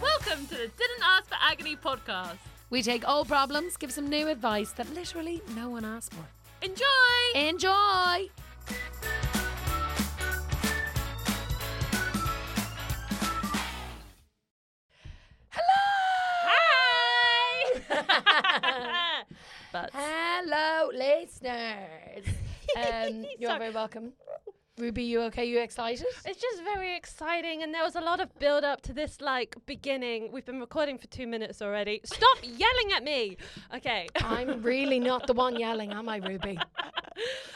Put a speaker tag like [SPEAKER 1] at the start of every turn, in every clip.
[SPEAKER 1] the Didn't Ask for Agony podcast.
[SPEAKER 2] We take old problems, give some new advice that literally no one asked for.
[SPEAKER 1] Enjoy!
[SPEAKER 2] Enjoy!
[SPEAKER 1] Hi! but
[SPEAKER 2] Ah,
[SPEAKER 1] um,
[SPEAKER 2] Hello, listeners. Um, you're
[SPEAKER 1] Sorry.
[SPEAKER 2] very welcome. Ruby, you okay? You excited?
[SPEAKER 1] it's just very exciting, and there was a lot of build up to this like beginning. We've been recording for two minutes already. Stop yelling at me! Okay.
[SPEAKER 2] I'm really not the one yelling, am I, Ruby?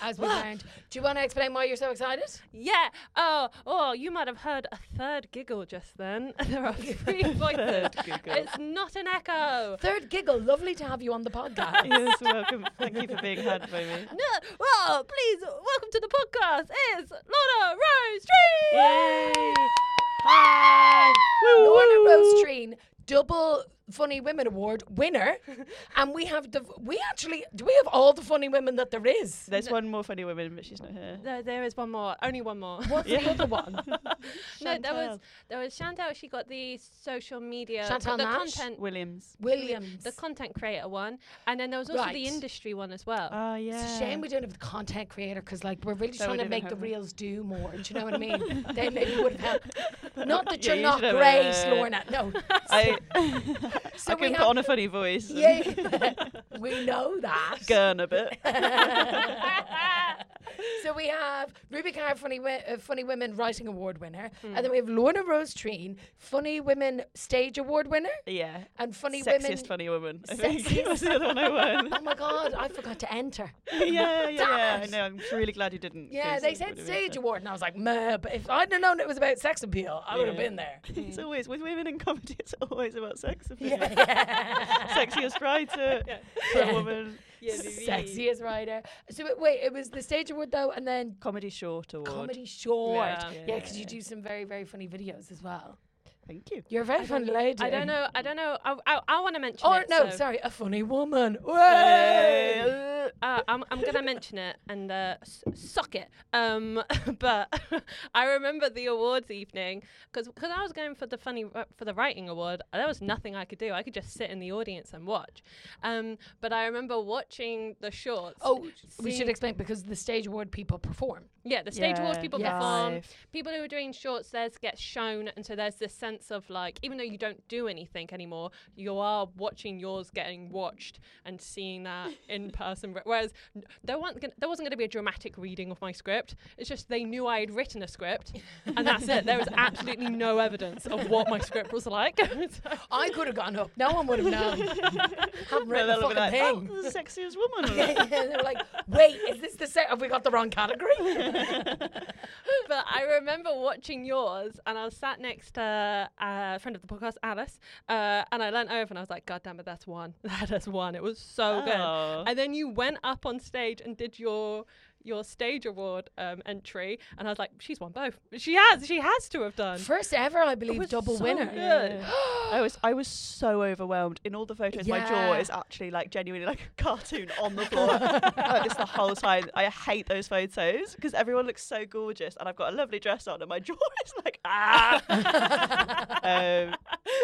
[SPEAKER 2] As we learned. Do you want to explain why you're so excited?
[SPEAKER 1] Yeah. Oh, oh, you might have heard a third giggle just then. There are three voices. It's not an echo.
[SPEAKER 2] Third giggle, lovely to have you on the podcast.
[SPEAKER 3] yes, welcome. Thank you for being had by me.
[SPEAKER 1] No, oh, please, welcome to the podcast. It's Lorna Rose Tree.
[SPEAKER 3] Yay! Hi! Woo,
[SPEAKER 2] Lorna
[SPEAKER 3] woo.
[SPEAKER 2] Rose Treen, double Funny Women Award winner. And we have the, we actually, do we have all the funny women that there is?
[SPEAKER 3] There's one more funny woman, but she's not here.
[SPEAKER 1] There, there is one more. Only one more.
[SPEAKER 2] What's the other one?
[SPEAKER 1] No, there was there was Chantel. She got the social media,
[SPEAKER 2] Chantal
[SPEAKER 1] the
[SPEAKER 2] Nash?
[SPEAKER 1] content,
[SPEAKER 3] Williams.
[SPEAKER 2] Williams.
[SPEAKER 1] the content creator one, and then there was also
[SPEAKER 2] Right. Uh,
[SPEAKER 1] the industry one as well.
[SPEAKER 3] Oh, yeah.
[SPEAKER 2] It's a shame we don't have the content creator because, like, we're really
[SPEAKER 3] That
[SPEAKER 2] trying
[SPEAKER 3] would
[SPEAKER 2] to
[SPEAKER 3] have
[SPEAKER 2] make the
[SPEAKER 3] helped.
[SPEAKER 2] reels do more. Do you know what I mean? they maybe would have helped. Not that
[SPEAKER 3] Yeah,
[SPEAKER 2] you're
[SPEAKER 3] you
[SPEAKER 2] not
[SPEAKER 3] should have a-
[SPEAKER 2] great, Lorna. No.
[SPEAKER 3] I,
[SPEAKER 2] So
[SPEAKER 3] I
[SPEAKER 2] we
[SPEAKER 3] can put
[SPEAKER 2] have-
[SPEAKER 3] on a funny voice. and
[SPEAKER 2] Yeah, we know that.
[SPEAKER 3] Gurn a bit.
[SPEAKER 2] so we have Ruby Carr, Funny, Wo- uh, Funny Women Writing Award winner. And then we have Lorna Rose Treen, Funny Women Stage Award winner.
[SPEAKER 3] Yeah.
[SPEAKER 2] And Funny
[SPEAKER 3] Sexiest
[SPEAKER 2] Women.
[SPEAKER 3] funny woman. I think
[SPEAKER 2] Sexiest.
[SPEAKER 3] was the other one I won.
[SPEAKER 2] Oh my God, I forgot to enter.
[SPEAKER 3] yeah, yeah, yeah.
[SPEAKER 2] Damn
[SPEAKER 3] I
[SPEAKER 2] it.
[SPEAKER 3] know. I'm really glad you didn't.
[SPEAKER 2] Yeah,
[SPEAKER 3] 'cause
[SPEAKER 2] they
[SPEAKER 3] it
[SPEAKER 2] said
[SPEAKER 3] would've been
[SPEAKER 2] Stage
[SPEAKER 3] so-
[SPEAKER 2] Award, and I was like, meh, but if I'd have known it was about sex appeal, I would have
[SPEAKER 3] Yeah.
[SPEAKER 2] been there.
[SPEAKER 3] It's always with women in comedy. It's always about sex appeal.
[SPEAKER 2] Yeah.
[SPEAKER 3] Sexiest writer
[SPEAKER 1] Yeah.
[SPEAKER 3] for
[SPEAKER 2] Yeah.
[SPEAKER 3] a woman.
[SPEAKER 2] Sexiest writer. So it, wait, it was the stage award though, and then
[SPEAKER 3] Comedy short award.
[SPEAKER 2] comedy short.
[SPEAKER 1] Yeah.
[SPEAKER 2] Yeah, because you
[SPEAKER 3] Yeah.
[SPEAKER 2] do some very very funny videos as well.
[SPEAKER 3] Thank you.
[SPEAKER 2] You're a very
[SPEAKER 1] I
[SPEAKER 2] funny
[SPEAKER 1] don't-
[SPEAKER 2] lady.
[SPEAKER 1] I don't know. I don't know. I I, I want to mention
[SPEAKER 2] Or
[SPEAKER 1] it.
[SPEAKER 2] Oh, no,
[SPEAKER 1] so,
[SPEAKER 2] sorry, a funny woman. Way!
[SPEAKER 3] Hey.
[SPEAKER 1] Uh, I'm I'm gonna mention it and uh, s- suck it. Um, but I remember the awards evening because I was going for the funny uh, for the writing award. There was nothing I could do. I could just sit in the audience and watch. Um, but I remember watching the shorts.
[SPEAKER 2] Oh, we should
[SPEAKER 1] seeing-
[SPEAKER 2] explain because the stage award people perform.
[SPEAKER 1] Yeah, the stage awards people
[SPEAKER 2] Yes.
[SPEAKER 1] perform.
[SPEAKER 3] Live.
[SPEAKER 1] People who are doing shorts, theirs get shown, and so there's this sense of like, even though you don't do anything anymore, you are watching yours getting watched and seeing that in person. Wh- Whereas n- there wasn't gonna, there wasn't going to be a dramatic reading of my script. It's just they knew I had written a script, and that's it. There was absolutely no evidence of what my script was like. So-
[SPEAKER 2] I could have gone up. No one would have known. Haven't
[SPEAKER 3] No,
[SPEAKER 2] written a
[SPEAKER 3] they'll be
[SPEAKER 2] fucking
[SPEAKER 3] like, "Oh,
[SPEAKER 2] thing.
[SPEAKER 3] the sexiest woman.
[SPEAKER 2] Yeah, yeah, they were like, wait, is this the set? Have we got the wrong category?
[SPEAKER 1] but I remember watching yours, and I was sat next to uh, a friend of the podcast, Alice, uh, and I leant over and I was like, God damn it, that's one. That is one. It was so good.
[SPEAKER 3] Oh.
[SPEAKER 1] And then you went up on stage and did your your stage award um, entry, and I was like, she's won both. She has. She has to have done.
[SPEAKER 2] First ever, I believe,
[SPEAKER 1] was
[SPEAKER 2] double
[SPEAKER 1] so
[SPEAKER 2] winner.
[SPEAKER 1] good. Yeah.
[SPEAKER 3] I was I was so overwhelmed. In all the photos, my jaw
[SPEAKER 2] Yeah.
[SPEAKER 3] is actually like genuinely like a cartoon on the floor. like this the whole time. I hate those photos because everyone looks so gorgeous, and I've got a lovely dress on, and my jaw is like ah. um,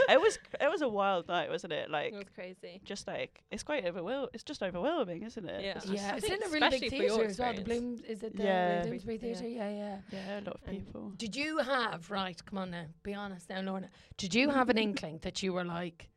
[SPEAKER 3] it was it was a wild night, wasn't it? Like
[SPEAKER 1] It was crazy.
[SPEAKER 3] just like it's quite overwhelming. It's just overwhelming, isn't it?
[SPEAKER 1] Yeah.
[SPEAKER 3] It's just-
[SPEAKER 2] Yeah,
[SPEAKER 1] I
[SPEAKER 2] it's
[SPEAKER 1] think
[SPEAKER 2] in a really big
[SPEAKER 1] especially for your
[SPEAKER 2] theatre as well. The
[SPEAKER 1] experience.
[SPEAKER 2] Bloom is it the
[SPEAKER 3] Yeah.
[SPEAKER 2] Bloomsbury
[SPEAKER 1] Yeah.
[SPEAKER 2] Theatre? Yeah. yeah,
[SPEAKER 3] yeah, a lot of
[SPEAKER 1] And-
[SPEAKER 3] people.
[SPEAKER 2] Did you have right? Come on now, be honest now, Lorna. Did you have an inkling that you were like,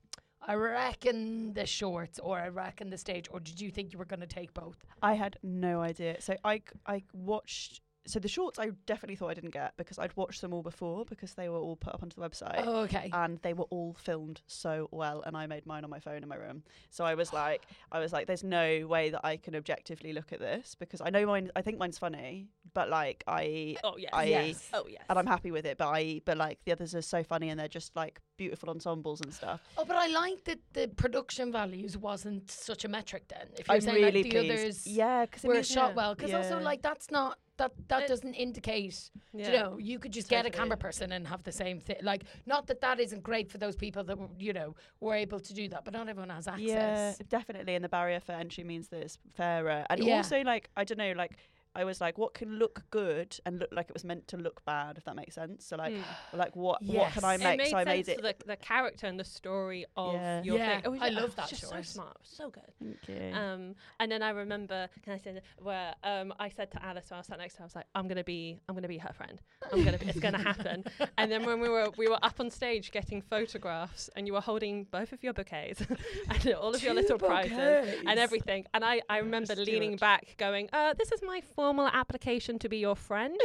[SPEAKER 2] I reckon the shorts, or I reckon the stage, or did you think you were going to take both?
[SPEAKER 3] I had no idea. So I c- I watched. So the shorts I definitely thought I didn't get because I'd watched them all before because they were all put up onto the website.
[SPEAKER 2] Oh, okay.
[SPEAKER 3] and they were all filmed so well and i made mine on my phone in my room so i was like i was like there's no way that i can objectively look at this because i know mine i think mine's funny but like i
[SPEAKER 1] Oh yes.
[SPEAKER 3] I-
[SPEAKER 2] yes.
[SPEAKER 1] Oh yes.
[SPEAKER 3] and i'm happy with it but i but like the others are so funny and they're just like beautiful ensembles and stuff
[SPEAKER 2] Oh, but I like that the production values wasn't such a metric then. If you're
[SPEAKER 3] i'm
[SPEAKER 2] saying
[SPEAKER 3] really
[SPEAKER 2] like the
[SPEAKER 3] pleased
[SPEAKER 2] others
[SPEAKER 3] yeah because
[SPEAKER 2] were shot well, because also like that's not. That, that doesn't indicate,
[SPEAKER 1] Uh, yeah.
[SPEAKER 2] you know, you could just get a
[SPEAKER 1] Totally.
[SPEAKER 2] camera person and have the same thing. Like, not that that isn't great for those people that, w- you know, were able to do that, but not everyone has access.
[SPEAKER 3] yeah definitely and the barrier for entry means that it's fairer and
[SPEAKER 2] Yeah.
[SPEAKER 3] also like i don't know like I was like, what can look good and look like it was meant to look bad, if that makes sense. So like,
[SPEAKER 1] Mm.
[SPEAKER 3] like what what can I
[SPEAKER 2] Yes.
[SPEAKER 1] It
[SPEAKER 3] make?
[SPEAKER 1] made
[SPEAKER 3] so I
[SPEAKER 1] sense
[SPEAKER 3] made
[SPEAKER 1] for
[SPEAKER 3] it.
[SPEAKER 1] the, the character and the story of
[SPEAKER 3] Yeah.
[SPEAKER 1] your
[SPEAKER 2] Yeah,
[SPEAKER 1] thing. It was
[SPEAKER 2] I
[SPEAKER 1] ju-
[SPEAKER 2] love
[SPEAKER 1] oh,
[SPEAKER 2] that
[SPEAKER 1] Just so
[SPEAKER 2] choice.
[SPEAKER 1] smart, so good.
[SPEAKER 3] Thank you.
[SPEAKER 1] Um, and then I remember, can I say that, where um, I said to Alice when I was sat next to her, I was like, "I'm gonna be, I'm gonna be her friend. I'm gonna, be, it's gonna happen." And then when we were we were up on stage getting photographs, and you were holding both of your bouquets and all of your little prizes and everything. And I, I remember
[SPEAKER 3] Stuart.
[SPEAKER 1] leaning back, going, uh, "This is my formal application to be your friend."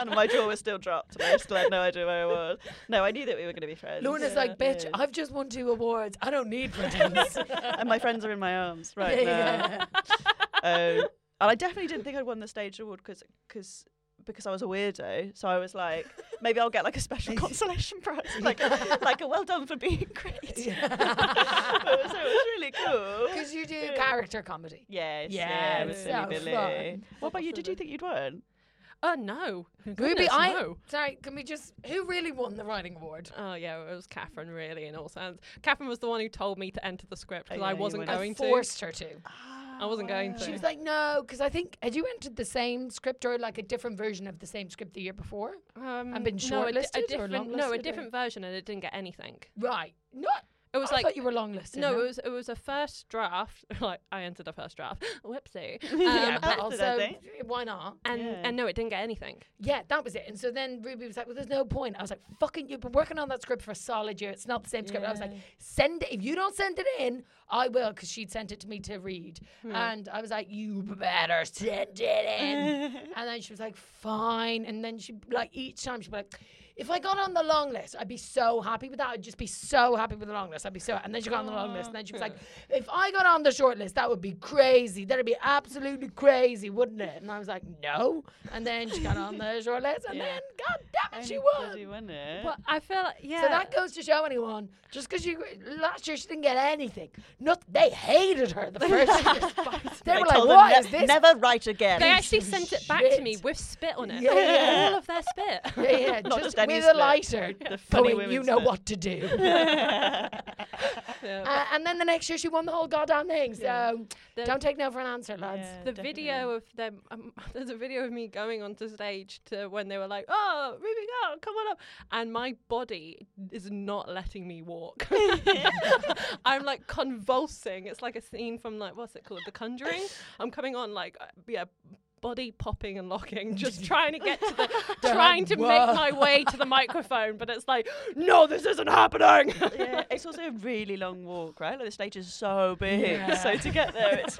[SPEAKER 3] and my jaw was still dropped. and I still had no idea where I was. No, I knew that we were going to be friends.
[SPEAKER 2] Luna's
[SPEAKER 1] uh,
[SPEAKER 2] like, bitch,
[SPEAKER 3] Yeah.
[SPEAKER 2] I've just won two awards. I don't need friends.
[SPEAKER 3] and my friends are in my arms right now.
[SPEAKER 2] Yeah.
[SPEAKER 3] Um, and I definitely didn't think I'd won the stage award because because because I was a weirdo. So I was like, maybe I'll get like a special consolation prize, like like a well done for being great. so it was really cool.
[SPEAKER 2] Because you do
[SPEAKER 3] Yeah.
[SPEAKER 2] character comedy.
[SPEAKER 3] Yes,
[SPEAKER 2] Yeah,
[SPEAKER 3] yeah, it was
[SPEAKER 1] it's
[SPEAKER 3] silly
[SPEAKER 2] so
[SPEAKER 3] Billy.
[SPEAKER 2] fun.
[SPEAKER 3] What about you? Did you think you'd won?
[SPEAKER 1] Oh no,
[SPEAKER 2] Ruby,
[SPEAKER 1] Goodness,
[SPEAKER 2] I-
[SPEAKER 1] no.
[SPEAKER 2] Sorry, can we just? Who really won the writing award?
[SPEAKER 1] Oh yeah, it was Catherine really in all sense. Catherine was the one who told me to enter the script
[SPEAKER 3] Oh,
[SPEAKER 1] because
[SPEAKER 3] yeah,
[SPEAKER 1] I
[SPEAKER 3] you
[SPEAKER 1] wasn't
[SPEAKER 3] wouldn't.
[SPEAKER 1] going
[SPEAKER 2] I
[SPEAKER 1] to.
[SPEAKER 2] forced her to.
[SPEAKER 1] I wasn't going
[SPEAKER 2] She
[SPEAKER 1] to.
[SPEAKER 2] was like, no, because I think had you entered the same script or like a different version of the same script the year before?
[SPEAKER 1] Um,
[SPEAKER 2] been
[SPEAKER 1] no, a di-
[SPEAKER 2] shortlisted or
[SPEAKER 1] a different, No,
[SPEAKER 2] longlisted
[SPEAKER 1] a
[SPEAKER 2] or-
[SPEAKER 1] different version, and it didn't get anything.
[SPEAKER 2] Right. Not.
[SPEAKER 1] It was
[SPEAKER 2] I
[SPEAKER 1] like
[SPEAKER 2] thought you were longlisted.
[SPEAKER 1] no, it was it was a first draft. like I entered a first draft. Whoopsie. Um,
[SPEAKER 2] yeah,
[SPEAKER 3] I
[SPEAKER 1] and
[SPEAKER 2] but
[SPEAKER 3] did, I
[SPEAKER 2] also
[SPEAKER 3] think.
[SPEAKER 2] why not?
[SPEAKER 1] and,
[SPEAKER 3] Yeah.
[SPEAKER 1] and no, it didn't get anything.
[SPEAKER 2] Yeah, that was it. And so then Ruby was like, "Well, there's no point." I was like, "Fucking, you've been working on that script for a solid year. It's not the same script." I was like, "Send it. If you don't send it in, I will," because she'd sent it to me to read. And I was like, "You better send it in." and then she was like, "Fine." And then she like each time she'd be like. If I got on the long list, I'd be so happy with that. I'd just be so happy with the long list. I'd be so. And then she got on the long list, and then she was like, "If I got on the short list, that would be crazy. That'd be absolutely crazy, wouldn't it?" And I was like, "No." And then she got on the short list, and
[SPEAKER 3] Yeah.
[SPEAKER 2] then God damn it, she
[SPEAKER 3] Bloody
[SPEAKER 2] won.
[SPEAKER 3] won it.
[SPEAKER 1] Well, I feel like, yeah.
[SPEAKER 2] So that goes to show anyone, just because you last year she didn't get anything, not they hated her the first year. they were like,
[SPEAKER 3] told them
[SPEAKER 2] "What
[SPEAKER 3] ne-
[SPEAKER 2] is this?"
[SPEAKER 3] Never write again.
[SPEAKER 1] they actually
[SPEAKER 2] of
[SPEAKER 1] sent it back to me
[SPEAKER 2] shit.
[SPEAKER 1] with spit on it.
[SPEAKER 2] Yeah, yeah.
[SPEAKER 1] All of their spit.
[SPEAKER 2] Yeah, yeah,
[SPEAKER 3] Not
[SPEAKER 2] just
[SPEAKER 3] just any
[SPEAKER 2] with a
[SPEAKER 3] split,
[SPEAKER 2] lighter.
[SPEAKER 3] the funny
[SPEAKER 2] Going,
[SPEAKER 3] women
[SPEAKER 2] you know
[SPEAKER 3] split."
[SPEAKER 2] what to do.
[SPEAKER 1] Yeah.
[SPEAKER 2] Uh, and then the next year she won the whole goddamn thing. So
[SPEAKER 1] The-
[SPEAKER 2] don't take no for an answer, lads.
[SPEAKER 3] Yeah,
[SPEAKER 1] the
[SPEAKER 3] definitely.
[SPEAKER 1] video of them um, there's a video of me going onto stage to when they were like oh ruby go come on up and my body is not letting me walk i'm like convulsing it's like a scene from like what's it called the conjuring i'm coming on like uh, yeah body popping and locking just trying to get to the trying to
[SPEAKER 2] Whoa.
[SPEAKER 1] make my way to the microphone but it's like no this isn't happening
[SPEAKER 3] yeah, it's also a really long walk, right? Like the stage is so big,
[SPEAKER 2] Yeah.
[SPEAKER 3] so to get there, it's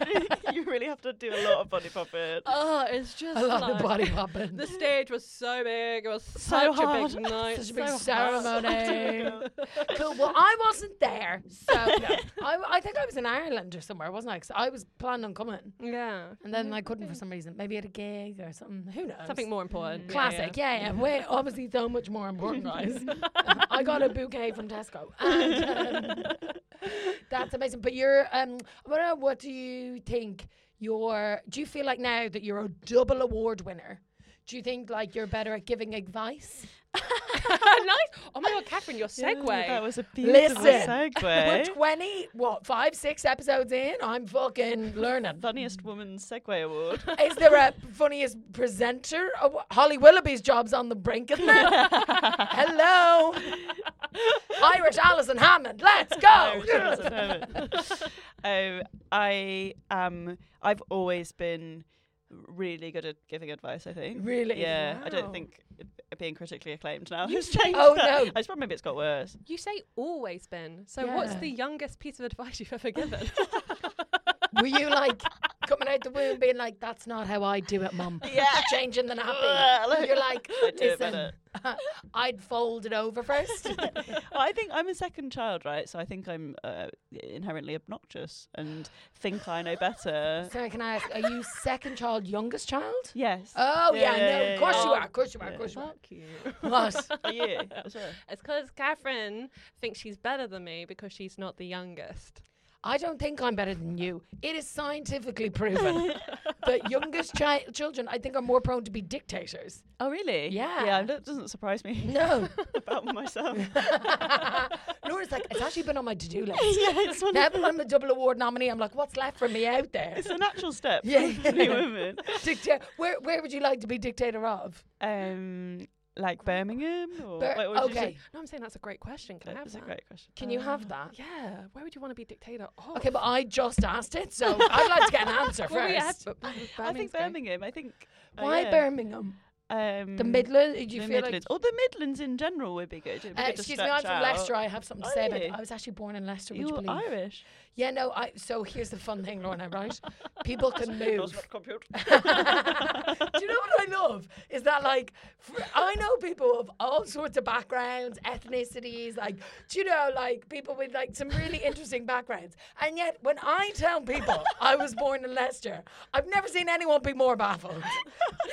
[SPEAKER 3] you really have to do a lot of body popping.
[SPEAKER 1] oh it's just
[SPEAKER 2] A lot
[SPEAKER 1] like-
[SPEAKER 2] of body popping.
[SPEAKER 1] the stage was so big. It was
[SPEAKER 3] So
[SPEAKER 1] such a
[SPEAKER 3] hard.
[SPEAKER 1] big night.
[SPEAKER 2] Such a big
[SPEAKER 1] so hard.
[SPEAKER 2] ceremony. cool. Well, I wasn't there, so no. I, I think I was in Ireland or somewhere, wasn't I? 'Cause I was planning on coming,
[SPEAKER 1] Yeah.
[SPEAKER 2] and then I couldn't for some reason. Maybe at a gig or something. Who knows?
[SPEAKER 1] Something more important.
[SPEAKER 2] Classic, Mm, yeah, yeah. Way obviously so much more important, guys. Um, I got a bouquet from Tesco. And, um, that's amazing. But you're, um, I wonder what do you think? Your, do you feel like now that you're a double award winner? Do you think like you're better at giving advice?
[SPEAKER 1] nice. Oh my god, Catherine, your
[SPEAKER 3] Yeah,
[SPEAKER 1] segue.
[SPEAKER 3] that was a
[SPEAKER 2] Listen,
[SPEAKER 3] beautiful
[SPEAKER 2] we're
[SPEAKER 3] segue.
[SPEAKER 2] twenty, what five, six episodes in? I'm fucking learning.
[SPEAKER 3] Funniest woman segue award.
[SPEAKER 2] Is there a funniest presenter? Oh, Holly Willoughby's job's on the brink, isn't it? Hello, Irish Alison Hammond. Let's go.
[SPEAKER 3] Irish Alison Hammond. um, I um, I've always been really good at giving advice. I think.
[SPEAKER 2] Really?
[SPEAKER 3] Yeah, I
[SPEAKER 1] Wow.
[SPEAKER 3] don't think it- being critically acclaimed now has changed.
[SPEAKER 2] Oh,
[SPEAKER 3] that.
[SPEAKER 2] no.
[SPEAKER 3] I suppose maybe it's got worse.
[SPEAKER 1] You say always been. So what's
[SPEAKER 2] Yeah.
[SPEAKER 1] the youngest piece of advice you've ever given?
[SPEAKER 2] Were you like coming out the womb being like, "That's not how I do it, mum"?
[SPEAKER 3] Yeah.
[SPEAKER 2] Changing the
[SPEAKER 3] Uh,
[SPEAKER 2] nappy.
[SPEAKER 3] like-
[SPEAKER 2] You're like,
[SPEAKER 3] I do it
[SPEAKER 2] listen, I'd fold it over first.
[SPEAKER 3] Well, I think I'm a second child, right? So I think I'm uh, inherently obnoxious and think I know better.
[SPEAKER 2] Sorry, can I ask? Are you second child, youngest child?
[SPEAKER 3] Yes.
[SPEAKER 2] Oh yeah,
[SPEAKER 3] Yeah, yeah,
[SPEAKER 2] no,
[SPEAKER 3] yeah,
[SPEAKER 2] of course
[SPEAKER 3] yeah.
[SPEAKER 2] you are, of course you are, of
[SPEAKER 3] Yeah.
[SPEAKER 2] course you are.
[SPEAKER 1] you.
[SPEAKER 2] What?
[SPEAKER 3] Are you? as well?
[SPEAKER 1] It's because Catherine thinks she's better than me because she's not the youngest.
[SPEAKER 2] I don't think I'm better than you. It is scientifically proven that youngest chi- children, I think, are more prone to be dictators.
[SPEAKER 3] Oh, really?
[SPEAKER 2] Yeah.
[SPEAKER 3] Yeah, that doesn't surprise me
[SPEAKER 2] No.
[SPEAKER 3] about myself.
[SPEAKER 2] Laura's like, it's actually been on my to do list.
[SPEAKER 3] it's, one
[SPEAKER 2] Now
[SPEAKER 3] of,
[SPEAKER 2] that I'm a double award nominee, I'm like, what's left for me out there?
[SPEAKER 3] it's a natural step
[SPEAKER 2] Yeah.
[SPEAKER 3] for any woman.
[SPEAKER 2] Dicta- where, where would you like to be dictator of?
[SPEAKER 3] Um, like Birmingham? Or,
[SPEAKER 2] Bir-
[SPEAKER 3] what would you say?
[SPEAKER 2] okay.
[SPEAKER 1] No, I'm saying that's a great question. Can I have
[SPEAKER 3] That's a
[SPEAKER 1] that?
[SPEAKER 3] great question.
[SPEAKER 2] Can you have
[SPEAKER 3] Uh,
[SPEAKER 2] that?
[SPEAKER 1] Yeah. Where would you want to be dictator? Oh.
[SPEAKER 2] Okay, but I just asked it, so I'd like to get an answer
[SPEAKER 1] Well, we had-
[SPEAKER 2] first.
[SPEAKER 1] but- but
[SPEAKER 3] I
[SPEAKER 1] Birmingham's
[SPEAKER 3] think
[SPEAKER 1] great.
[SPEAKER 3] Birmingham. I think. uh,
[SPEAKER 2] Why
[SPEAKER 3] yeah.
[SPEAKER 2] Birmingham?
[SPEAKER 3] Um,
[SPEAKER 2] The Midlands? Do you
[SPEAKER 3] the
[SPEAKER 2] feel
[SPEAKER 3] Midlands. Or the Midlands in general would be good. It'd
[SPEAKER 2] like?
[SPEAKER 3] be
[SPEAKER 2] Uh,
[SPEAKER 3] good to
[SPEAKER 2] excuse me, I'm
[SPEAKER 3] stretch
[SPEAKER 2] from
[SPEAKER 3] out.
[SPEAKER 2] Leicester. I have something to
[SPEAKER 3] Are
[SPEAKER 2] say about it.
[SPEAKER 3] you?
[SPEAKER 2] I was actually born in Leicester, would you
[SPEAKER 3] You're
[SPEAKER 2] believe?
[SPEAKER 3] Irish.
[SPEAKER 2] Yeah, no, I so here's the fun thing, Lorna, right? People can move.
[SPEAKER 3] compute.
[SPEAKER 2] Do you know what I love? Is that like fr- I know people of all sorts of backgrounds, ethnicities, like do you know, like people with like some really interesting backgrounds. And yet when I tell people I was born in Leicester, I've never seen anyone be more baffled.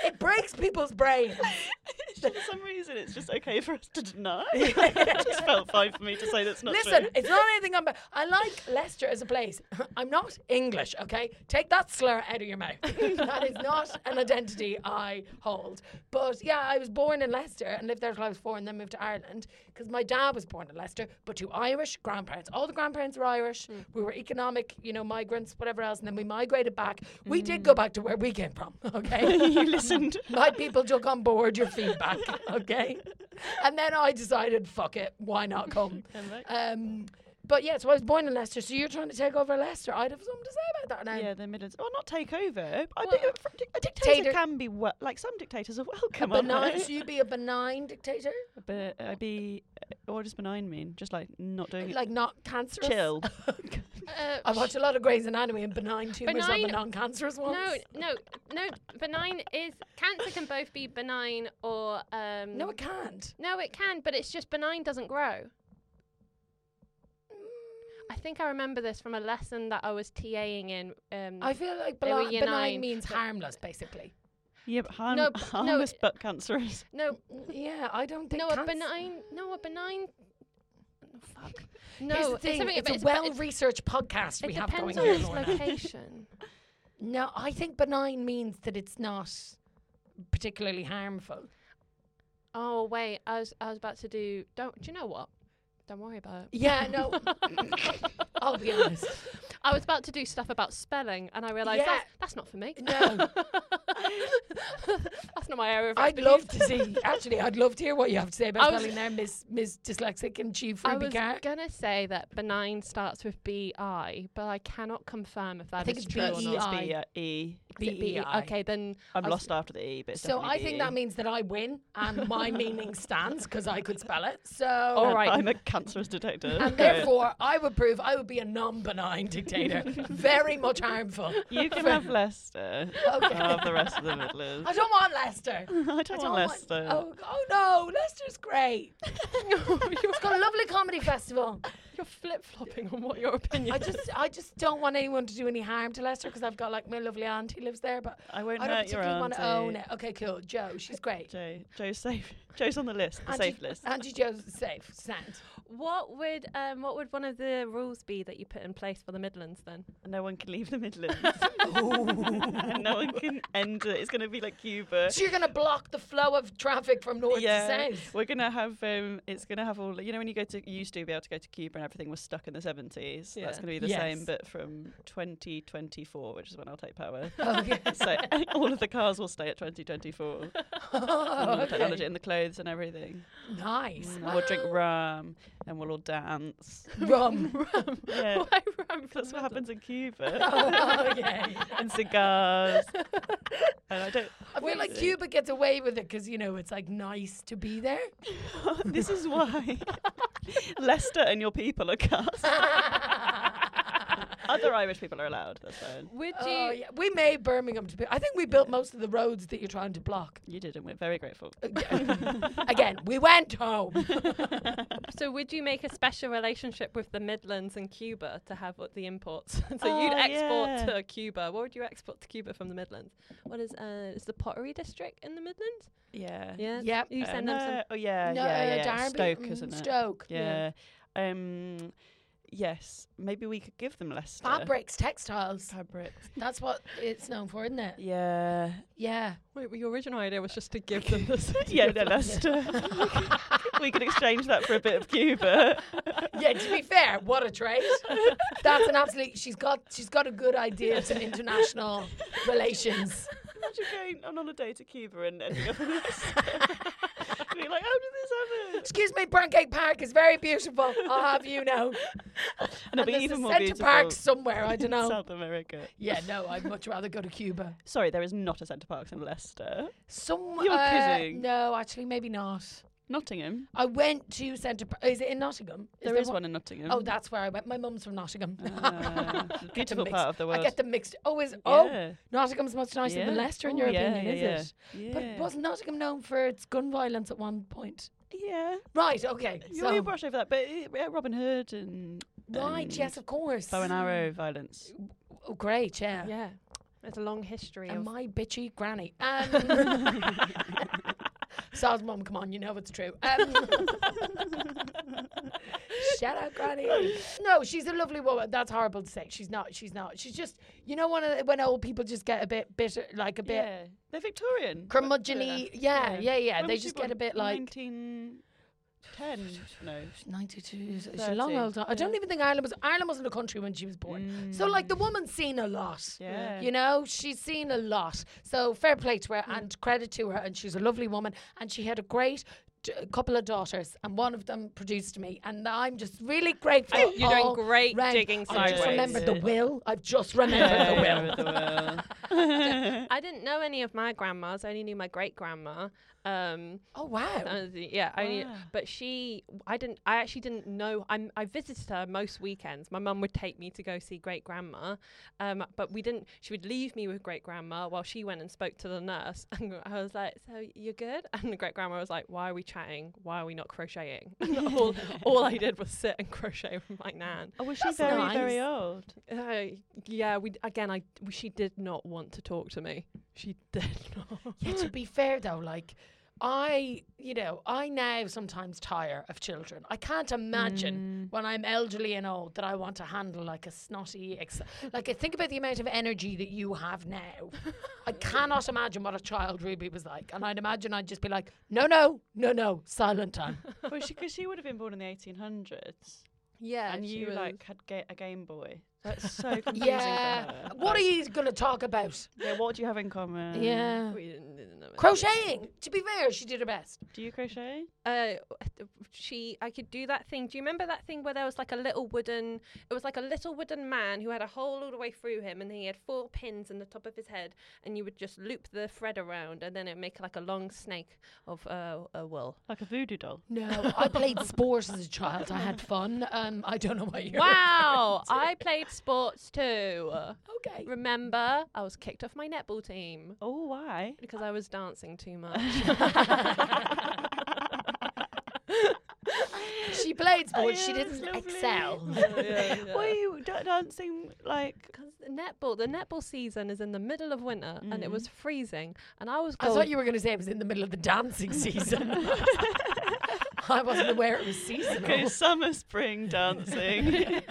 [SPEAKER 2] It breaks people's brains.
[SPEAKER 3] For some reason, it's just okay for us to deny. it just felt fine for me to say that's not
[SPEAKER 2] Listen,
[SPEAKER 3] true.
[SPEAKER 2] it's not anything I'm. I like Leicester as a place. I'm not English, okay? Take that slur out of your mouth. that is not an identity I hold. But yeah, I was born in Leicester and lived there till I was four, and then moved to Ireland because my dad was born in Leicester, but to Irish grandparents. All the grandparents were Irish.
[SPEAKER 3] Hmm.
[SPEAKER 2] We were economic, you know, migrants, whatever else, and then we migrated back. We
[SPEAKER 3] Hmm.
[SPEAKER 2] did go back to where we came from, okay?
[SPEAKER 3] you listened.
[SPEAKER 2] My people took on board your feedback, okay? And then I decided, fuck it, why not come?
[SPEAKER 3] Come back.
[SPEAKER 2] Um, but yeah, so I was born in Leicester. So you're trying to take over Leicester. I'd have something to say about that now.
[SPEAKER 3] Yeah, the Midlands. Well, not take over. I
[SPEAKER 2] Um, Well,
[SPEAKER 3] think a, fr- a dictator,
[SPEAKER 2] dictator-
[SPEAKER 3] can be wel- like some dictators are welcome. aren't
[SPEAKER 2] benign.
[SPEAKER 3] they?
[SPEAKER 2] So you'd be a benign dictator,
[SPEAKER 3] But I'd be. What does benign mean? Just like not doing
[SPEAKER 2] like not cancerous.
[SPEAKER 3] it. Chill.
[SPEAKER 1] Uh,
[SPEAKER 2] I watch a lot of Grey's Anatomy and benign tumors are the
[SPEAKER 1] Benign-
[SPEAKER 2] non-cancerous ones.
[SPEAKER 1] No, no, no. Benign is cancer can both be benign or um.
[SPEAKER 2] no, it can't.
[SPEAKER 1] no, it can, but it's just benign doesn't grow.
[SPEAKER 2] Mm.
[SPEAKER 1] I think I remember this from a lesson that I was TAing in. Um,
[SPEAKER 2] I feel like
[SPEAKER 1] They were
[SPEAKER 2] beli- benign
[SPEAKER 1] benign,
[SPEAKER 2] means
[SPEAKER 1] but-
[SPEAKER 2] harmless, basically.
[SPEAKER 3] Yeah, but harm,
[SPEAKER 1] No, b- no,
[SPEAKER 3] harmless but cancerous.
[SPEAKER 1] no,
[SPEAKER 2] Yeah, I don't think.
[SPEAKER 1] no, a
[SPEAKER 2] cancer-
[SPEAKER 1] benign, no, a benign. Oh, fuck. No,
[SPEAKER 2] Here's the
[SPEAKER 1] it's
[SPEAKER 2] thing,
[SPEAKER 1] something-
[SPEAKER 2] it's,
[SPEAKER 1] but
[SPEAKER 2] a
[SPEAKER 1] it's- it's-
[SPEAKER 2] well-researched podcast
[SPEAKER 1] It
[SPEAKER 2] we have going
[SPEAKER 1] depends on
[SPEAKER 2] here.
[SPEAKER 1] its
[SPEAKER 2] Lorna.
[SPEAKER 1] location.
[SPEAKER 2] No, I think benign means that it's not particularly harmful.
[SPEAKER 1] Oh wait, I was I was about to do. Don't do you know what? Don't worry about it.
[SPEAKER 2] Yeah, no, I'll be honest.
[SPEAKER 1] I was about to do stuff about spelling, and I realised
[SPEAKER 2] Yeah.
[SPEAKER 1] that's, that's not for me.
[SPEAKER 2] No,
[SPEAKER 1] that's not my area of
[SPEAKER 2] I'd
[SPEAKER 1] expertise.
[SPEAKER 2] love to see. Actually, I'd love to hear what you have to say
[SPEAKER 1] I
[SPEAKER 2] about
[SPEAKER 1] was-
[SPEAKER 2] spelling there, Miss Miss Dyslexic and Chief
[SPEAKER 1] I
[SPEAKER 2] Ruby
[SPEAKER 1] was
[SPEAKER 2] Car.
[SPEAKER 1] gonna say that benign starts with B I, but I cannot confirm if that is
[SPEAKER 2] think it's
[SPEAKER 1] true or
[SPEAKER 2] BEI.
[SPEAKER 1] not.
[SPEAKER 3] It's B, uh, E.
[SPEAKER 1] Is it BEI?
[SPEAKER 2] BEI.
[SPEAKER 1] Okay, then
[SPEAKER 3] I'm
[SPEAKER 1] I was-
[SPEAKER 3] lost after the E, but it's
[SPEAKER 2] So
[SPEAKER 3] definitely
[SPEAKER 2] I think that
[SPEAKER 3] BEI.
[SPEAKER 2] means that I win, and my meaning stands because I could spell it. So
[SPEAKER 1] All right.
[SPEAKER 3] I'm a cancerous detector.
[SPEAKER 2] And therefore, I would prove I would be a non-benign dictator, very much harmful.
[SPEAKER 3] you can have Leicester.
[SPEAKER 2] Okay.
[SPEAKER 3] I'll have the rest of the Midlands.
[SPEAKER 2] I don't want Leicester.
[SPEAKER 3] I don't, want
[SPEAKER 2] want-
[SPEAKER 3] Leicester.
[SPEAKER 2] Oh, oh no, Leicester's great. it's got a lovely comedy festival.
[SPEAKER 1] you're flip flopping on what your opinion.
[SPEAKER 2] I
[SPEAKER 1] is.
[SPEAKER 2] just, I just don't want anyone to do any harm to Leicester because I've got like my lovely aunt who lives there, but
[SPEAKER 3] I won't
[SPEAKER 2] I don't
[SPEAKER 3] hurt your
[SPEAKER 2] particularly want to own
[SPEAKER 3] auntie.
[SPEAKER 2] it. Okay, cool. Joe, she's great.
[SPEAKER 3] Joe, Joe's safe. Joe's on the list, the
[SPEAKER 2] Auntie-
[SPEAKER 3] safe list.
[SPEAKER 2] Auntie Joe's safe. Sound.
[SPEAKER 1] what would um what would one of the rules be that you put in place for the Midlands then?
[SPEAKER 3] No one can leave the Midlands. and no one can enter. It's going to be like Cuba.
[SPEAKER 2] So you're gonna block the flow of traffic from north
[SPEAKER 3] Yeah,
[SPEAKER 2] to south.
[SPEAKER 3] we're gonna have um, it's gonna have all you know when you go to you used to be able to go to Cuba and everything was stuck in the seventies. That's
[SPEAKER 1] Yeah.
[SPEAKER 3] gonna be the
[SPEAKER 2] Yes.
[SPEAKER 3] same, but from twenty twenty four, which is when I'll take power.
[SPEAKER 2] Oh, Okay.
[SPEAKER 3] so all of the cars will stay at twenty twenty four.
[SPEAKER 2] Oh,
[SPEAKER 3] All the technology
[SPEAKER 2] okay.
[SPEAKER 3] and the clothes and everything.
[SPEAKER 2] Nice.
[SPEAKER 3] And we'll drink rum and we'll all dance.
[SPEAKER 2] Rum.
[SPEAKER 3] Yeah,
[SPEAKER 1] Why run from
[SPEAKER 3] that's what
[SPEAKER 1] Midlands?
[SPEAKER 3] happens in Cuba.
[SPEAKER 2] oh, yeah.
[SPEAKER 3] and cigars. and I don't.
[SPEAKER 2] I feel like Cuba gets away with it because you know it's like nice to be there.
[SPEAKER 3] this is why Leicester and your people are cast. Other Irish people are allowed. That's fine.
[SPEAKER 1] Would you?
[SPEAKER 2] Oh, yeah. We made Birmingham to be. I think we built most of the roads that you're trying to block.
[SPEAKER 3] You did, and we're very grateful.
[SPEAKER 2] Again, we went home.
[SPEAKER 1] So would you make a special relationship with the Midlands and Cuba to have what the imports? so you'd
[SPEAKER 3] Oh,
[SPEAKER 1] export
[SPEAKER 3] yeah.
[SPEAKER 1] to Cuba. What would you export to Cuba from the Midlands? What is uh is the pottery district in the Midlands?
[SPEAKER 3] Yeah.
[SPEAKER 1] Yeah.
[SPEAKER 2] Yep.
[SPEAKER 1] You
[SPEAKER 3] Uh,
[SPEAKER 1] send them some
[SPEAKER 3] no- Oh yeah,
[SPEAKER 2] no,
[SPEAKER 3] yeah,
[SPEAKER 2] uh,
[SPEAKER 3] yeah.
[SPEAKER 2] Derby,
[SPEAKER 3] Stoke,
[SPEAKER 2] mm,
[SPEAKER 3] isn't it?
[SPEAKER 2] Stoke.
[SPEAKER 3] Yeah. Um, yes, maybe we could give them less stir.
[SPEAKER 2] Fabrics, textiles.
[SPEAKER 3] Fabrics.
[SPEAKER 2] That's what it's known for, isn't it?
[SPEAKER 3] Yeah.
[SPEAKER 2] Yeah.
[SPEAKER 1] Wait, your original idea was just to give them this.
[SPEAKER 3] Yeah, no, Leicester. we could exchange that for a bit of Cuba.
[SPEAKER 2] Yeah, to be fair, what a trait. That's an absolute she's got she's got a good idea to international relations.
[SPEAKER 3] Imagine going on holiday to Cuba and ending up in Leicester. Being like, how did this happen?
[SPEAKER 2] Excuse me, Pancake Park is very beautiful. I'll have you know.
[SPEAKER 3] And it'll
[SPEAKER 2] and
[SPEAKER 3] be
[SPEAKER 2] there's
[SPEAKER 3] even
[SPEAKER 2] a
[SPEAKER 3] more
[SPEAKER 2] Centre
[SPEAKER 3] beautiful
[SPEAKER 2] Park somewhere, I don't
[SPEAKER 3] in
[SPEAKER 2] know.
[SPEAKER 3] South America.
[SPEAKER 2] Yeah, no, I'd much rather go to Cuba.
[SPEAKER 3] Sorry, there is not a centre park in Leicester.
[SPEAKER 2] Some
[SPEAKER 3] You're
[SPEAKER 2] uh,
[SPEAKER 3] kidding.
[SPEAKER 2] No, actually maybe not.
[SPEAKER 3] Nottingham.
[SPEAKER 2] I went to Centre Park. Is it in Nottingham?
[SPEAKER 3] there is one? in Nottingham.
[SPEAKER 2] Oh, that's where I went. My mum's from Nottingham.
[SPEAKER 3] Uh, beautiful
[SPEAKER 2] mix-
[SPEAKER 3] part of the world.
[SPEAKER 2] I get them mixed. Oh, is oh
[SPEAKER 3] Yeah.
[SPEAKER 2] Nottingham's much nicer than
[SPEAKER 3] Yeah.
[SPEAKER 2] Leicester in
[SPEAKER 3] Oh,
[SPEAKER 2] your
[SPEAKER 3] yeah,
[SPEAKER 2] opinion, is
[SPEAKER 3] yeah,
[SPEAKER 2] it?
[SPEAKER 3] yeah.
[SPEAKER 2] But wasn't Nottingham known for its gun violence at one point?
[SPEAKER 3] yeah. um,
[SPEAKER 2] Right, okay.
[SPEAKER 3] You
[SPEAKER 2] So,
[SPEAKER 3] brush over that, but uh, yeah, Robin Hood and
[SPEAKER 2] right, yes,
[SPEAKER 3] and
[SPEAKER 2] of course.
[SPEAKER 3] bow and arrow violence.
[SPEAKER 2] Oh, great, yeah.
[SPEAKER 1] yeah, there's a long history
[SPEAKER 2] And
[SPEAKER 1] of.
[SPEAKER 2] my bitchy granny. Um, Sars mum, come on, you know it's true. Um, shout out, granny. No, she's a lovely woman. That's horrible to say. She's not. She's not. She's just, you know, one of the, when old people just get a bit bitter, like a bit
[SPEAKER 1] yeah.
[SPEAKER 3] They're Victorian.
[SPEAKER 2] curmudgeony. Yeah, yeah,
[SPEAKER 1] Yeah.
[SPEAKER 2] yeah.
[SPEAKER 3] When
[SPEAKER 2] They
[SPEAKER 3] was she
[SPEAKER 2] just get a
[SPEAKER 3] born?
[SPEAKER 2] bit like.
[SPEAKER 3] 1910. No.
[SPEAKER 2] 92 is it's a long
[SPEAKER 3] 30,
[SPEAKER 2] old time. I don't
[SPEAKER 3] yeah.
[SPEAKER 2] even think Ireland was Ireland wasn't a country when she was born. So like the woman's seen a lot.
[SPEAKER 3] Mm. Yeah.
[SPEAKER 2] You know, she's seen a lot. So fair play to her
[SPEAKER 3] Mm.
[SPEAKER 2] and credit to her and she's a lovely woman and she had a great d- couple of daughters and one of them produced me and I'm just really grateful.
[SPEAKER 1] You're doing
[SPEAKER 2] all
[SPEAKER 1] great
[SPEAKER 2] round.
[SPEAKER 1] digging
[SPEAKER 2] I just
[SPEAKER 1] sideways.
[SPEAKER 2] remembered the
[SPEAKER 3] Yeah.
[SPEAKER 2] will. I've just remembered the will.
[SPEAKER 3] the will.
[SPEAKER 1] I didn't know any of my grandmas. I only knew my great grandma. Um,
[SPEAKER 2] Oh wow.
[SPEAKER 1] that was the- yeah, I only,
[SPEAKER 3] Wow.
[SPEAKER 1] but she, I didn't, I actually didn't know. I'm, I visited her most weekends. My mum would take me to go see great grandma, um, but we didn't. She would leave me with great grandma while she went and spoke to the nurse, and I was like, "So you're good?" And the great grandma was like, "Why are we chatting? Why are we not crocheting?" And all, all I did was sit and crochet with my nan.
[SPEAKER 3] Oh, was she
[SPEAKER 2] That's
[SPEAKER 3] very,
[SPEAKER 2] nice.
[SPEAKER 3] very old?
[SPEAKER 1] Uh, yeah, we again. I she did not want to talk to me. She did not.
[SPEAKER 2] Yeah, to be fair though, like I, you know, I now sometimes tire of children. I can't
[SPEAKER 3] Mm.
[SPEAKER 2] imagine when I'm elderly and old that I want to handle like a snotty, ex- like I think about the amount of energy that you have now. I cannot imagine what a child Ruby was like, and I'd imagine I'd just be like, no, no, no, no, silent time.
[SPEAKER 3] Mm. Well, she because she would have been born in the 1800s,
[SPEAKER 1] Yeah,
[SPEAKER 3] and
[SPEAKER 1] she
[SPEAKER 3] you
[SPEAKER 1] was-
[SPEAKER 3] like had ga- a Game Boy. That's so confusing. For
[SPEAKER 2] yeah,
[SPEAKER 3] her.
[SPEAKER 2] what are you gonna talk about?
[SPEAKER 3] Yeah, what do you have in common?
[SPEAKER 2] yeah.
[SPEAKER 1] we didn't, didn't know it.
[SPEAKER 2] Crocheting. To be fair, she did her best.
[SPEAKER 3] Do you crochet?
[SPEAKER 1] uh, she I could do that thing. Do you remember that thing where there was like a little wooden? It was like a little wooden man who had a hole all the way through him, and he had four pins in the top of his head, and you would just loop the thread around, and then it would make like a long snake of uh, a wool.
[SPEAKER 3] Like a voodoo doll.
[SPEAKER 2] No, I played sport as a child. I had fun. Um, I don't know what you.
[SPEAKER 1] Wow! I played sports too.
[SPEAKER 2] Okay.
[SPEAKER 1] Remember, I was kicked off my netball team
[SPEAKER 3] Oh, why?
[SPEAKER 1] because I was dancing too much.
[SPEAKER 2] She played sports. she
[SPEAKER 3] Oh, Yeah,
[SPEAKER 2] didn't
[SPEAKER 3] lovely.
[SPEAKER 2] excel.
[SPEAKER 3] Why are you da- dancing like?
[SPEAKER 1] Because the netball, the netball season is in the middle of winter, and it was freezing, and I was
[SPEAKER 2] Mm. I
[SPEAKER 1] cold.
[SPEAKER 2] thought you were going to say it was in the middle of the dancing season. I wasn't aware it was
[SPEAKER 3] Okay,
[SPEAKER 2] seasonal.
[SPEAKER 3] summer, spring dancing.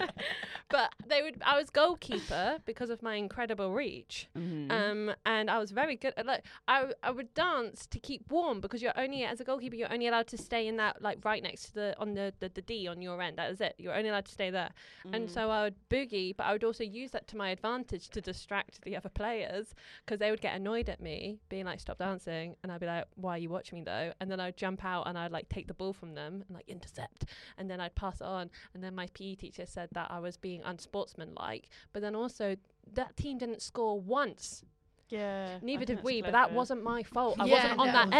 [SPEAKER 1] but they would. I was goalkeeper because of my incredible reach,
[SPEAKER 2] Mm-hmm.
[SPEAKER 1] um, and I was very good at like I, I would dance to keep warm because you're only as a goalkeeper you're only allowed to stay in that like right next to the on the the, the D on your end. That is it. You're only allowed to stay there,
[SPEAKER 3] Mm.
[SPEAKER 1] and so I would boogie, but I would also use that to my advantage to distract the other players because they would get annoyed at me being like stop dancing, and I'd be like why are you watching me though? And then I'd jump out and I'd like take the ball from them and like intercept, and then I'd pass it on, and then my PE teacher said that I was being unsportsmanlike, but then also that team didn't score once.
[SPEAKER 3] yeah. I
[SPEAKER 1] Neither
[SPEAKER 3] think
[SPEAKER 1] did
[SPEAKER 3] that's
[SPEAKER 1] we, but
[SPEAKER 3] clever.
[SPEAKER 1] that wasn't my fault. I
[SPEAKER 2] Yeah,
[SPEAKER 1] wasn't on
[SPEAKER 2] no.
[SPEAKER 1] that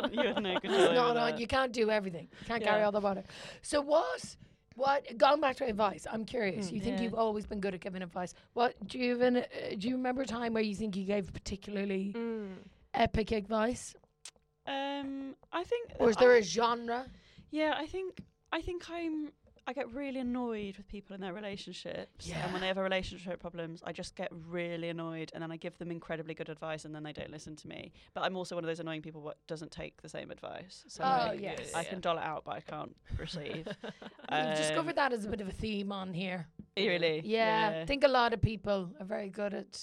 [SPEAKER 1] end.
[SPEAKER 3] you had no control.
[SPEAKER 2] It's not
[SPEAKER 3] over
[SPEAKER 2] on.
[SPEAKER 3] that.
[SPEAKER 2] You can't do everything. You can't carry
[SPEAKER 3] Yeah.
[SPEAKER 2] all the water. So what? What? Going back to advice, I'm curious. you think
[SPEAKER 3] Mm, Yeah.
[SPEAKER 2] you've always been good at giving advice. What do you even? Uh, do you remember a time where you think you gave particularly
[SPEAKER 3] Mm.
[SPEAKER 2] epic advice,
[SPEAKER 3] Um, I think.
[SPEAKER 2] or is
[SPEAKER 3] Uh, I-
[SPEAKER 2] there a genre?
[SPEAKER 3] Yeah, I think I think I'm I get really annoyed with people in their relationships. And when they have a relationship problems, I just get really annoyed and then I give them incredibly good advice and then they don't listen to me. But I'm also one of those annoying people what doesn't take the same advice. So
[SPEAKER 2] Oh,
[SPEAKER 3] like,
[SPEAKER 2] yes.
[SPEAKER 3] I can doll it out but I can't receive.
[SPEAKER 2] You've
[SPEAKER 3] Um,
[SPEAKER 2] discovered that as a bit of a theme on here.
[SPEAKER 3] really.
[SPEAKER 2] Yeah, I think a lot of people are very good at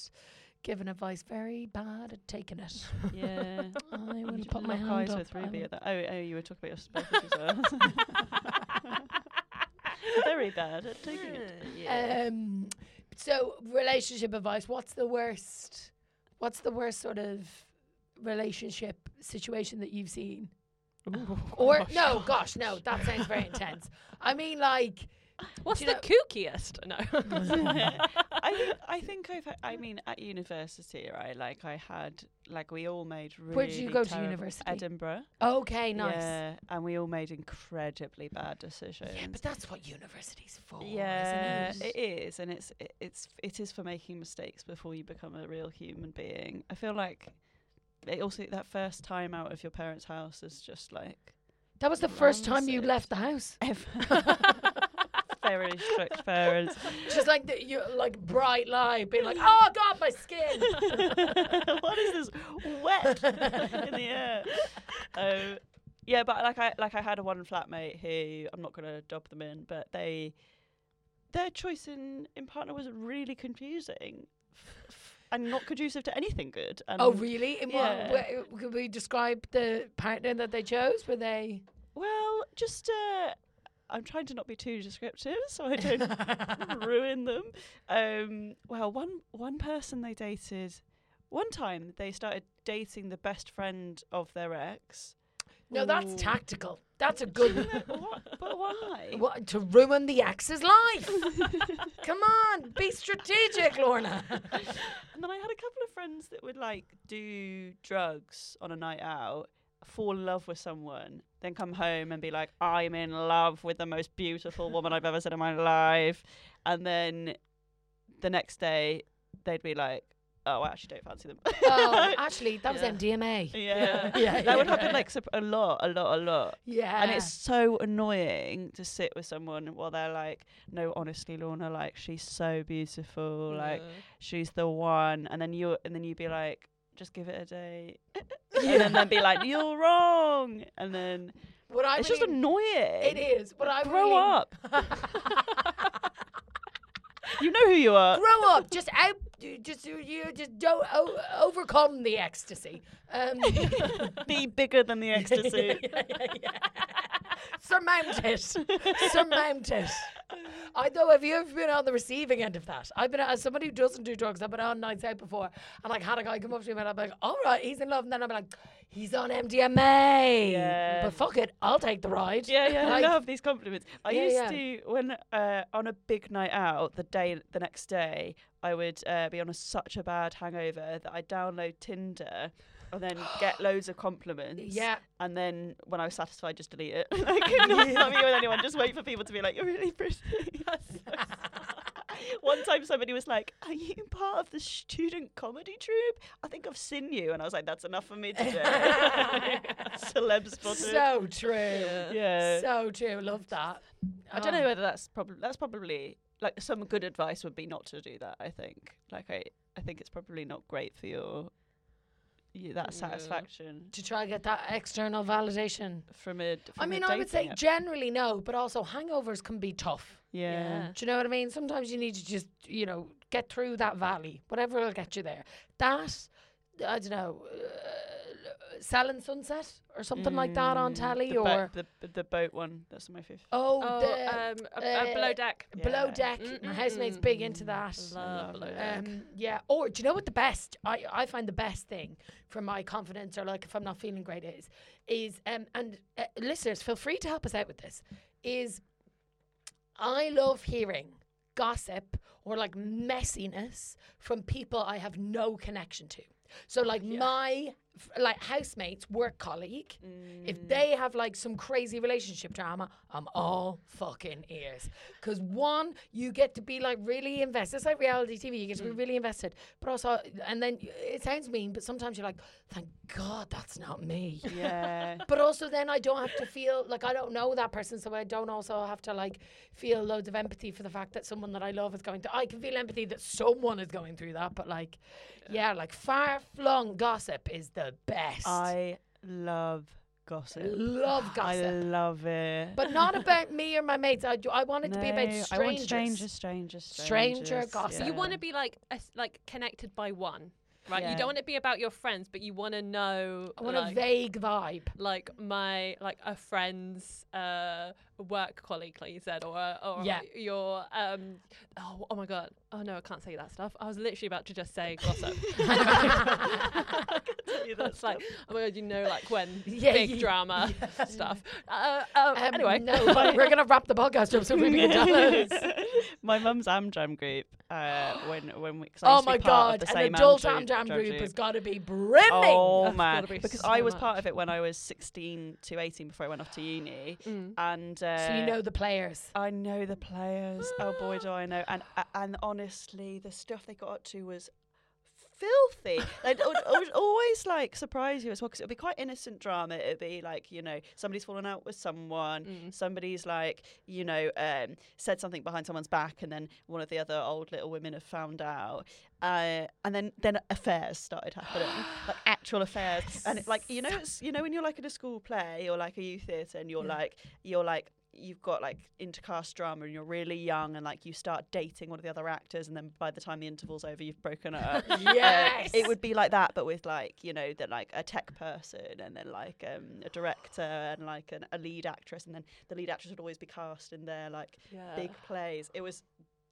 [SPEAKER 2] giving advice, very bad at taking it.
[SPEAKER 3] Yeah.
[SPEAKER 2] I
[SPEAKER 3] You
[SPEAKER 2] will
[SPEAKER 3] should
[SPEAKER 2] put my
[SPEAKER 3] lock
[SPEAKER 2] hand
[SPEAKER 3] eyes
[SPEAKER 2] up. um,
[SPEAKER 3] with
[SPEAKER 2] I
[SPEAKER 3] Ruby
[SPEAKER 2] will-
[SPEAKER 3] at that. Oh, oh, you were talking about your spouses as
[SPEAKER 1] Mm.
[SPEAKER 3] well. Very bad at taking it.
[SPEAKER 2] Um, so relationship advice. What's the worst? What's the worst sort of relationship situation that you've seen? or no, gosh, no, that sounds very intense. I mean, like,
[SPEAKER 1] What's
[SPEAKER 2] Do
[SPEAKER 1] the
[SPEAKER 2] you
[SPEAKER 1] kookiest? No.
[SPEAKER 3] I think I think I've. ha- I mean, at university, right? Like I had, like we all made. Really
[SPEAKER 2] Where did you go to
[SPEAKER 3] terrible-
[SPEAKER 2] university?
[SPEAKER 3] Edinburgh.
[SPEAKER 2] okay, nice.
[SPEAKER 3] Yeah, and we all made incredibly bad decisions.
[SPEAKER 2] Yeah, but that's what university's for.
[SPEAKER 3] Yeah,
[SPEAKER 2] isn't it?
[SPEAKER 3] it is, and it's it, it's it is for making mistakes before you become a real human being. I feel like it also that first time out of your parents' house is just like
[SPEAKER 2] that was the first time you
[SPEAKER 3] Rancid.
[SPEAKER 2] left the house.
[SPEAKER 3] very strict parents.
[SPEAKER 2] Just like the, you, like bright light, being like, "Oh God, my skin."
[SPEAKER 3] what is this wet in the air? Um, yeah, but like I like I had a one flatmate who I'm not gonna dub them in, but they their choice in in partner was really confusing and not conducive to anything good. And
[SPEAKER 2] oh, really? In
[SPEAKER 3] yeah.
[SPEAKER 2] what, wh- could we describe the partner that they chose? Were they?
[SPEAKER 3] Well, just uh, I'm trying to not be too descriptive, so I don't ruin them. Um, well, one one person they dated. One time they started dating the best friend of their ex.
[SPEAKER 2] No, that's
[SPEAKER 3] Ooh.
[SPEAKER 2] tactical. That's a good
[SPEAKER 3] what? But why?
[SPEAKER 2] what, to ruin the ex's life. Come on, be strategic, Lorna.
[SPEAKER 3] And then I had a couple of friends that would like do drugs on a night out, fall in love with someone, then come home and be like, I'm in love with the most beautiful woman I've ever seen in my life. And then the next day, they'd be like, Oh, I actually don't fancy them.
[SPEAKER 2] Oh, actually, that was
[SPEAKER 3] Yeah.
[SPEAKER 2] MDMA.
[SPEAKER 3] yeah.
[SPEAKER 2] Yeah,
[SPEAKER 3] That would
[SPEAKER 2] yeah.
[SPEAKER 3] happen like sup- a lot, a lot, a lot.
[SPEAKER 2] Yeah,
[SPEAKER 3] And it's so annoying to sit with someone while they're like, no, honestly, Lorna, like, she's so beautiful. Like, she's the one and then you and then you'd be like just give it a day and then they'd be like you're wrong and then
[SPEAKER 2] what I
[SPEAKER 3] it's
[SPEAKER 2] really,
[SPEAKER 3] just annoying
[SPEAKER 2] It is. What I
[SPEAKER 3] grow
[SPEAKER 2] really,
[SPEAKER 3] up you know who you are
[SPEAKER 2] grow up. Just out. you Just you- you. Just don't o- overcome the ecstasy. Um,
[SPEAKER 3] be bigger than the ecstasy
[SPEAKER 2] surmount it. surmount it. I know. Have you ever been on the receiving end of that? I've been as somebody who doesn't do drugs. I've been on nights out before, and like had a guy come up to me, and I'm like, "All right, he's in love," and then I'm like, "He's on MDMA."
[SPEAKER 3] Yeah.
[SPEAKER 2] But fuck it, I'll take the ride.
[SPEAKER 3] yeah yeah
[SPEAKER 2] Like,
[SPEAKER 3] i love these compliments i
[SPEAKER 2] Yeah,
[SPEAKER 3] used
[SPEAKER 2] yeah.
[SPEAKER 3] to when uh, on a big night out the day the next day i would uh, be on a, such a bad hangover that i'd download tinder and then get loads of compliments
[SPEAKER 2] Yeah.
[SPEAKER 3] and then when I was satisfied, just delete it. like, not, not meet with anyone. Just wait for people to be like, "You're really pretty." That's so sad. One time, somebody was like, "Are you part of the student comedy troupe?" I think I've seen you, and I was like, "That's enough for me today." Celeb spotted.
[SPEAKER 2] So true.
[SPEAKER 3] yeah, Oh.
[SPEAKER 2] So true. Love that.
[SPEAKER 3] I don't
[SPEAKER 2] um,
[SPEAKER 3] know whether that's probably that's probably like some good advice would be not to do that. I think like I I think it's probably not great for your, you that
[SPEAKER 1] Yeah.
[SPEAKER 3] satisfaction
[SPEAKER 2] to try to get that external validation.
[SPEAKER 3] from a.
[SPEAKER 2] I
[SPEAKER 3] from a
[SPEAKER 2] mean, I would say
[SPEAKER 3] dating app.
[SPEAKER 2] generally no, but also hangovers can be tough.
[SPEAKER 3] yeah.
[SPEAKER 2] Do you know what I mean? Sometimes you need to just, you know, get through that valley, whatever will get you there. That, I don't know, uh, Selling Sunset or something like that on
[SPEAKER 3] Mm,
[SPEAKER 2] telly
[SPEAKER 3] the bo-
[SPEAKER 2] or.
[SPEAKER 3] the, the boat one. That's my fifth.
[SPEAKER 2] Oh,
[SPEAKER 1] Oh,
[SPEAKER 2] the
[SPEAKER 1] um, a, a
[SPEAKER 2] uh,
[SPEAKER 1] below deck.
[SPEAKER 2] Below
[SPEAKER 3] yeah.
[SPEAKER 2] Deck. My
[SPEAKER 1] Mm,
[SPEAKER 2] housemate's
[SPEAKER 1] mm,
[SPEAKER 2] big into that.
[SPEAKER 1] Love
[SPEAKER 3] love
[SPEAKER 1] below
[SPEAKER 3] it.
[SPEAKER 1] deck.
[SPEAKER 2] Um, yeah. Or do you know what the best? I, I find the best thing for my confidence or like if I'm not feeling great is is um and uh, listeners feel free to help us out with this is I love hearing gossip or like messiness from people I have no connection to. So like my f- like housemates, work colleague. If
[SPEAKER 3] Mm.
[SPEAKER 2] they have like some crazy relationship drama, I'm all fucking ears. Because one, you get to be like really invested. It's like reality TV. You get to be really invested. But also, and then it sounds mean, but sometimes you're like, thank God that's not me.
[SPEAKER 3] yeah.
[SPEAKER 2] But also, then I don't have to feel like I don't know that person, so I don't also have to like feel loads of empathy for the fact that someone that I love is going through. I can feel empathy that someone is going through that, but like, yeah, like far flung gossip is the best.
[SPEAKER 3] I love gossip.
[SPEAKER 2] love
[SPEAKER 3] I
[SPEAKER 2] gossip,
[SPEAKER 3] love it.
[SPEAKER 2] but not about me or my mates. I, I want it to be about
[SPEAKER 3] No,
[SPEAKER 2] strangers.
[SPEAKER 3] I want stranger, stranger,
[SPEAKER 2] Stranger
[SPEAKER 3] strangers.
[SPEAKER 2] gossip.
[SPEAKER 1] Oh, So you want
[SPEAKER 3] yeah.
[SPEAKER 1] to be like a s like connected by one, right? You
[SPEAKER 3] Yeah.
[SPEAKER 1] don't want to be about your friends, but you want to know
[SPEAKER 2] I want
[SPEAKER 1] like,
[SPEAKER 2] a vague vibe.
[SPEAKER 1] like my like a friend's uh work colleague, like you said, or a- or
[SPEAKER 2] Yeah.
[SPEAKER 1] your um oh oh my god oh no I can't say that stuff. I was literally about to just say gossip. That's like oh my god, you know like when
[SPEAKER 2] Yeah,
[SPEAKER 1] big
[SPEAKER 2] you-
[SPEAKER 1] drama stuff. Uh, um,
[SPEAKER 2] Um,
[SPEAKER 1] anyway,
[SPEAKER 2] no, but we're gonna wrap the podcast up so we can tell us.
[SPEAKER 3] My mum's Amjam group. Uh, when when we, 'cause I
[SPEAKER 2] Oh
[SPEAKER 3] used to
[SPEAKER 2] my
[SPEAKER 3] be part
[SPEAKER 2] god,
[SPEAKER 3] of the
[SPEAKER 2] an
[SPEAKER 3] same
[SPEAKER 2] adult
[SPEAKER 3] Amjam
[SPEAKER 2] Am Jam
[SPEAKER 3] Jam
[SPEAKER 2] group has got to be brimming.
[SPEAKER 3] Oh
[SPEAKER 1] That's
[SPEAKER 3] man,
[SPEAKER 1] gotta be
[SPEAKER 3] because
[SPEAKER 1] so
[SPEAKER 3] I was part
[SPEAKER 1] much.
[SPEAKER 3] of it when I was 16 to 18 before I went off to uni,
[SPEAKER 1] Mm.
[SPEAKER 3] and uh,
[SPEAKER 2] so you know the players.
[SPEAKER 3] I know the players. Oh boy, do I know! And a- and honestly, the stuff they got up to was filthy. Like it would, it would always like surprise you as well because it'd be quite innocent drama. It'd be like you know somebody's fallen out with someone,
[SPEAKER 1] Mm.
[SPEAKER 3] somebody's like you know um, said something behind someone's back, and then one of the other old little women have found out. Uh, and then, then affairs started happening, like actual affairs, and it, like you know, it's you know when you're like in a school play or like a youth theatre, and you're like you're like you've got like intercast drama and you're really young and like you start dating one of the other actors and then by the time the interval's over you've broken up Uh,
[SPEAKER 2] Yes.
[SPEAKER 3] it would be like that but with like you know that like a tech person and then like um, a director and like an, a lead actress and then the lead actress would always be cast in their like
[SPEAKER 1] Yeah.
[SPEAKER 3] big plays it was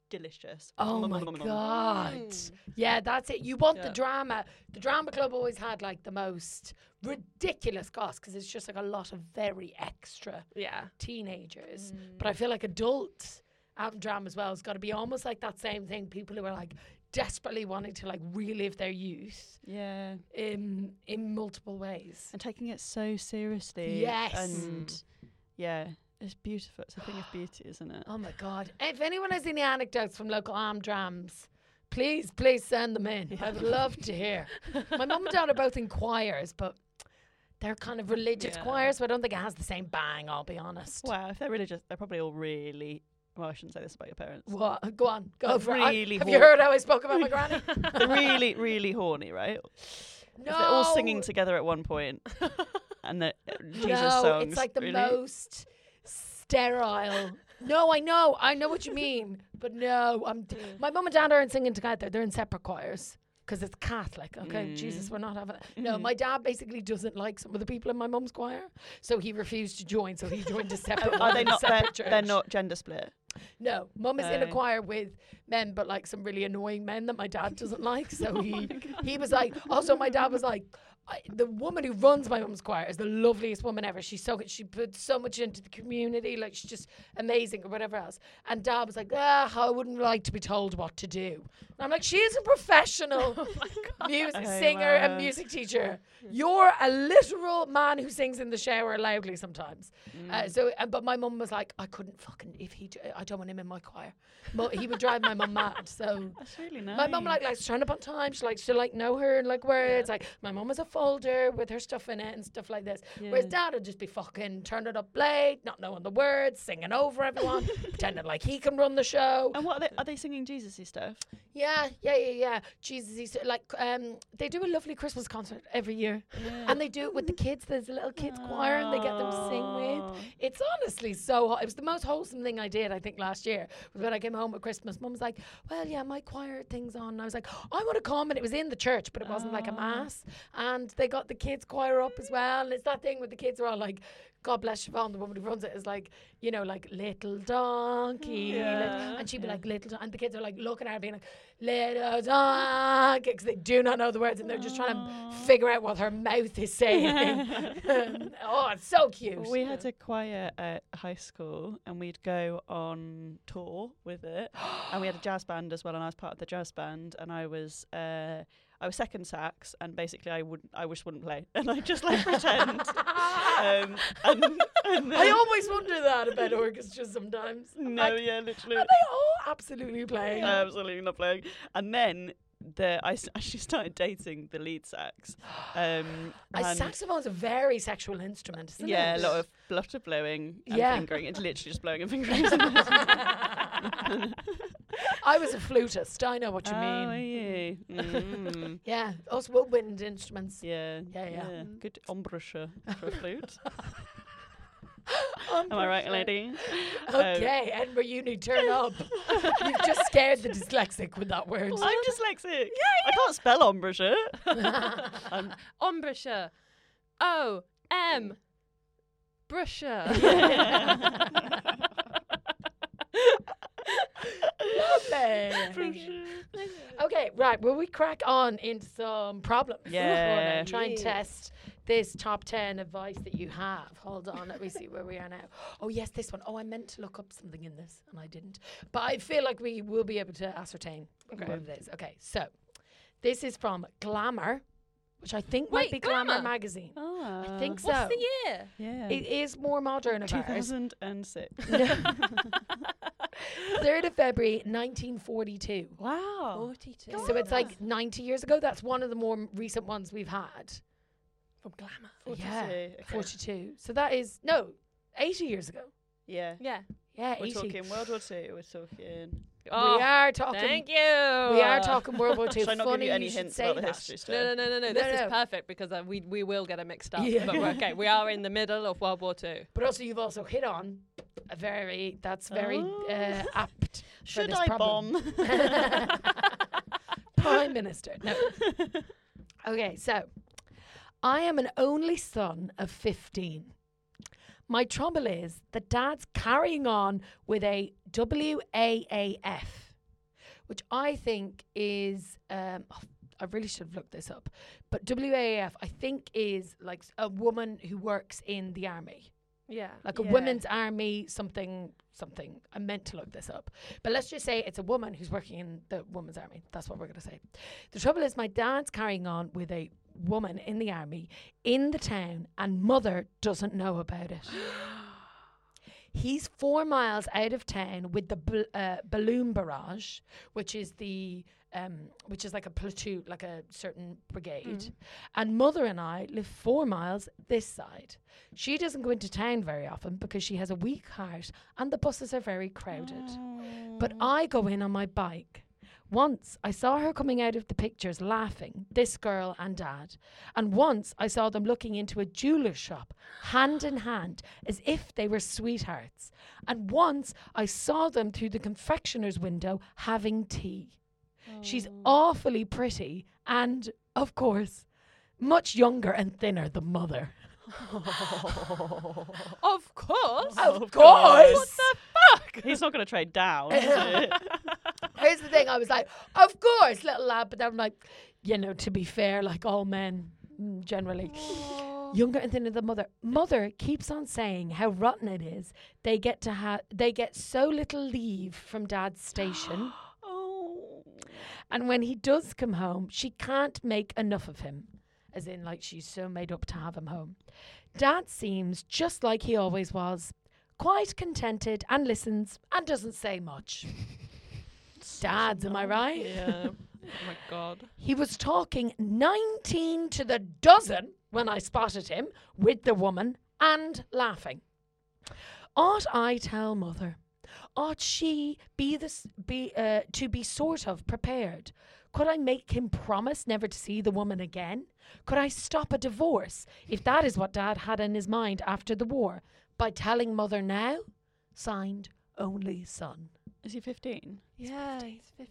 [SPEAKER 3] delicious
[SPEAKER 2] Oh
[SPEAKER 3] Nom,
[SPEAKER 2] my
[SPEAKER 3] nom, nom, nom, nom.
[SPEAKER 2] god.
[SPEAKER 1] Mm.
[SPEAKER 2] Yeah, that's it. You want the
[SPEAKER 1] Yeah.
[SPEAKER 2] drama. The drama club always had like the most ridiculous cost because it's just like a lot of very extra
[SPEAKER 1] yeah.
[SPEAKER 3] Mm.
[SPEAKER 2] teenagers. But I feel like adult album drama as well has got to be almost like that same thing. People who are like desperately wanting to like relive their youth
[SPEAKER 3] yeah
[SPEAKER 2] in in multiple ways.
[SPEAKER 3] and taking it so seriously
[SPEAKER 2] Yes. Mm.
[SPEAKER 3] and yeah it's beautiful it's a thing of beauty isn't it
[SPEAKER 2] Oh my god! If anyone has any anecdotes from local arm drams, please, please send them in. I would love to hear. My mum and dad are both in choirs, but they're kind of religious
[SPEAKER 1] Yeah.
[SPEAKER 2] choirs, so I don't think it has the same bang. I'll be honest.
[SPEAKER 3] Wow, if they're religious, they're probably all really. Well, I shouldn't say this about your parents.
[SPEAKER 2] What? Go on, go for
[SPEAKER 3] Really
[SPEAKER 2] it. I- Have you
[SPEAKER 3] hor-
[SPEAKER 2] heard how I spoke about my granny?
[SPEAKER 3] They're really, really horny, right? 'Cause
[SPEAKER 2] no,
[SPEAKER 3] They're all singing together at one point, and the uh, Jesus
[SPEAKER 2] no,
[SPEAKER 3] songs.
[SPEAKER 2] it's like the
[SPEAKER 3] really?
[SPEAKER 2] most sterile. No, I know, I know what you mean, but no, I'm. my mum and dad aren't singing together; they're in separate choirs because it's Catholic. Okay,
[SPEAKER 3] Mm.
[SPEAKER 2] Jesus, we're not having. That. No, my dad basically doesn't like some of the people in my mum's choir, so he refused to join. So he joined a separate.
[SPEAKER 3] Oh, Are
[SPEAKER 2] one
[SPEAKER 3] they
[SPEAKER 2] in a
[SPEAKER 3] not? They're,
[SPEAKER 2] separate church.
[SPEAKER 3] they're not gender split.
[SPEAKER 2] No, mum is in a
[SPEAKER 3] Oh.
[SPEAKER 2] choir with men, but like some really annoying men that my dad doesn't like. So he he was like. Also, my dad was like. I, the woman who runs my mum's choir is the loveliest woman ever. She's so good. She puts so much into the community. Like she's just amazing or whatever else. And dad was like, ah, I wouldn't like to be told what to do. And I'm like, she is a professional music
[SPEAKER 3] Oh,
[SPEAKER 2] singer
[SPEAKER 3] wow.
[SPEAKER 2] and music teacher. You're a literal man who sings in the shower loudly sometimes. Uh, so, uh, but my mum was like, I couldn't fucking if he. d- I don't want him in my choir. But he would drive my mum mad. So.
[SPEAKER 3] That's really nice.
[SPEAKER 2] My mum like likes to turn up on time. She likes to like know her and like where
[SPEAKER 1] Yeah.
[SPEAKER 2] it's like my mum has a folder with her stuff in it and stuff like this. Whereas dad would just be fucking turning it up late, not knowing the words, singing over everyone, pretending like he can run the show.
[SPEAKER 3] And what are they? Are they singing Jesus-y stuff?
[SPEAKER 2] Yeah, yeah, yeah, yeah. Jesus, he's like um, they do a lovely Christmas concert every year, and they do it with the kids. There's a little kids choir, and they get them to sing with.
[SPEAKER 3] Aw.
[SPEAKER 2] It's honestly so. ho- It was the most wholesome thing I did, I think, last year. Was when I came home at Christmas, Mum was like, "Well, yeah, my choir thing's on." And I was like, "I want to come," and it was in the church, but it wasn't
[SPEAKER 1] Ah.
[SPEAKER 2] like a mass. And they got the kids choir up as well. And it's that thing where the kids are all like. God bless Siobhan, the woman who runs it, is like, you know, like little donkey. lit-"
[SPEAKER 1] Mm, Yeah.
[SPEAKER 2] and she'd be like, little, don-" and the kids are like looking at her, being like, little donkey, because they do not know the words and they're just trying to figure out what her mouth is saying. oh, it's so cute.
[SPEAKER 3] We had a choir at high school and we'd go on tour with it. and we had a jazz band as well, and I was part of the jazz band. And I was, uh, I was second sax, and basically I would I just wouldn't play, and I just like pretend. um, and, and
[SPEAKER 2] I
[SPEAKER 3] then-
[SPEAKER 2] always wonder that about orchestra sometimes. I'm
[SPEAKER 3] no, Um,
[SPEAKER 2] like,
[SPEAKER 3] yeah, literally.
[SPEAKER 2] Are they all absolutely playing?
[SPEAKER 3] Absolutely not playing. And then the I s- actually started dating the lead sax. Um,
[SPEAKER 2] a
[SPEAKER 3] and
[SPEAKER 2] saxophone's a very sexual instrument, isn't
[SPEAKER 3] yeah, a
[SPEAKER 2] it?
[SPEAKER 3] lot of lot of blowing and
[SPEAKER 2] Yeah.
[SPEAKER 3] fingering. It's literally just blowing and fingering.
[SPEAKER 2] I was a flutist. I know what you mean.
[SPEAKER 3] Oh, yeah. Mm.
[SPEAKER 2] Yeah, us woodwind instruments.
[SPEAKER 3] yeah.
[SPEAKER 2] Yeah, yeah.
[SPEAKER 3] Good embouchure for a flute. Am I right, lady?
[SPEAKER 2] Okay, Edinburgh Uni, turn up. You've just scared the dyslexic with that word.
[SPEAKER 3] I'm dyslexic. Yeah, I can't spell embouchure.
[SPEAKER 1] Ombrasure. O Um, Oh, M. Brusher.
[SPEAKER 2] Lovely. Okay, right. Will we crack on into some problems? this morning?
[SPEAKER 3] Yeah.
[SPEAKER 2] Try and
[SPEAKER 1] Yeah.
[SPEAKER 2] test this top 10 advice that you have. Hold on. Let me see where we are now. Oh, yes, this one. Oh, I meant to look up something in this and I didn't. But I feel like we will be able to ascertain what it is. Okay, so this is from Glamour, which I think might
[SPEAKER 1] Wait,
[SPEAKER 2] be Glamour,
[SPEAKER 1] Glamour?
[SPEAKER 2] magazine.
[SPEAKER 3] Ah,
[SPEAKER 2] I think so.
[SPEAKER 1] What's the year?
[SPEAKER 3] Yeah.
[SPEAKER 2] It is more modern of ours.
[SPEAKER 3] 2006.
[SPEAKER 2] 3rd of February, 1942.
[SPEAKER 1] Oh.
[SPEAKER 3] wow.
[SPEAKER 1] 42.
[SPEAKER 2] So it's like 90 years ago. That's one of the more m- recent ones we've had.
[SPEAKER 1] from glamour.
[SPEAKER 2] Yeah.
[SPEAKER 3] 42, okay.
[SPEAKER 2] 42. So that is, no, 80 years ago.
[SPEAKER 3] Yeah.
[SPEAKER 1] Yeah.
[SPEAKER 2] Yeah,
[SPEAKER 3] We're
[SPEAKER 2] 80.
[SPEAKER 3] talking World War Two. We're talking.
[SPEAKER 2] we are talking.
[SPEAKER 1] Oh, thank you. We
[SPEAKER 2] We are talking World War II.
[SPEAKER 3] Should I not
[SPEAKER 2] Funny
[SPEAKER 3] give you any
[SPEAKER 2] should
[SPEAKER 3] hints
[SPEAKER 2] say
[SPEAKER 3] about the
[SPEAKER 2] that.
[SPEAKER 3] history stuff?
[SPEAKER 1] No, no, no, no, no.
[SPEAKER 2] uh, No,
[SPEAKER 1] This
[SPEAKER 2] no.
[SPEAKER 1] is perfect because uh, we we will get it mixed up.
[SPEAKER 2] Yeah.
[SPEAKER 1] But we're okay. We are in the middle of World War Two.
[SPEAKER 2] But also, you've also hit on a very, that's very
[SPEAKER 3] Oh.
[SPEAKER 2] uh, apt. for
[SPEAKER 3] Should
[SPEAKER 2] this
[SPEAKER 3] I
[SPEAKER 2] problem.
[SPEAKER 3] bomb?
[SPEAKER 2] Prime Minister. No. Okay, so I am an only son of 15. My trouble is that dad's carrying on with a WAAF, which I think is, um, oh, I really should have looked this up, but WAAF, I think, is like s- a woman who works in the army
[SPEAKER 1] Yeah.
[SPEAKER 2] like a women's army something something i meant to look this up but let's just say it's a woman who's working in the women's army that's what we're going to say the trouble is my dad's carrying on with a woman in the army in the town and mother doesn't know about it he's four miles out of town with the bl- uh, balloon barrage which is the um, which is like a platoon like a certain brigade and mother and i live four miles this side she doesn't go into town very often because she has a weak heart and the buses are very crowded
[SPEAKER 3] Ah.
[SPEAKER 2] but
[SPEAKER 3] Oh.
[SPEAKER 2] i go in on my bike once I saw her coming out of the pictures laughing, this girl and dad. And once I saw them looking into a jeweller's shop, hand in hand, as if they were sweethearts. And once I saw them through the confectioner's window having tea. She's awfully pretty and, of course, much younger and thinner than mother. uh,
[SPEAKER 1] Of course.
[SPEAKER 2] Of course!
[SPEAKER 3] He's not going to trade down. is he?
[SPEAKER 2] Here's the thing. I was like, of course, little lad. But then I'm like, you know, to be fair, like all men mm, generally. Younger and thinner than mother. Mother keeps on saying how rotten it is. They get to have they get so little leave from dad's station,
[SPEAKER 3] oh.
[SPEAKER 2] and when he does come home, she can't make enough of him, as in like she's so made up to have him home. Dad seems just like he always was, quite contented and listens and doesn't say much. Dad's, am I right?
[SPEAKER 1] yeah. Oh my god.
[SPEAKER 2] He was talking 19 to the dozen when I spotted him with the woman and laughing. Ought I tell mother? Ought she be this be uh, to be sort of prepared? Could I make him promise never to see the woman again? Could I stop a divorce if that is what Dad had in his mind after the war by telling mother now? Signed, only son.
[SPEAKER 3] Is he 15?
[SPEAKER 1] Yeah, he's 15.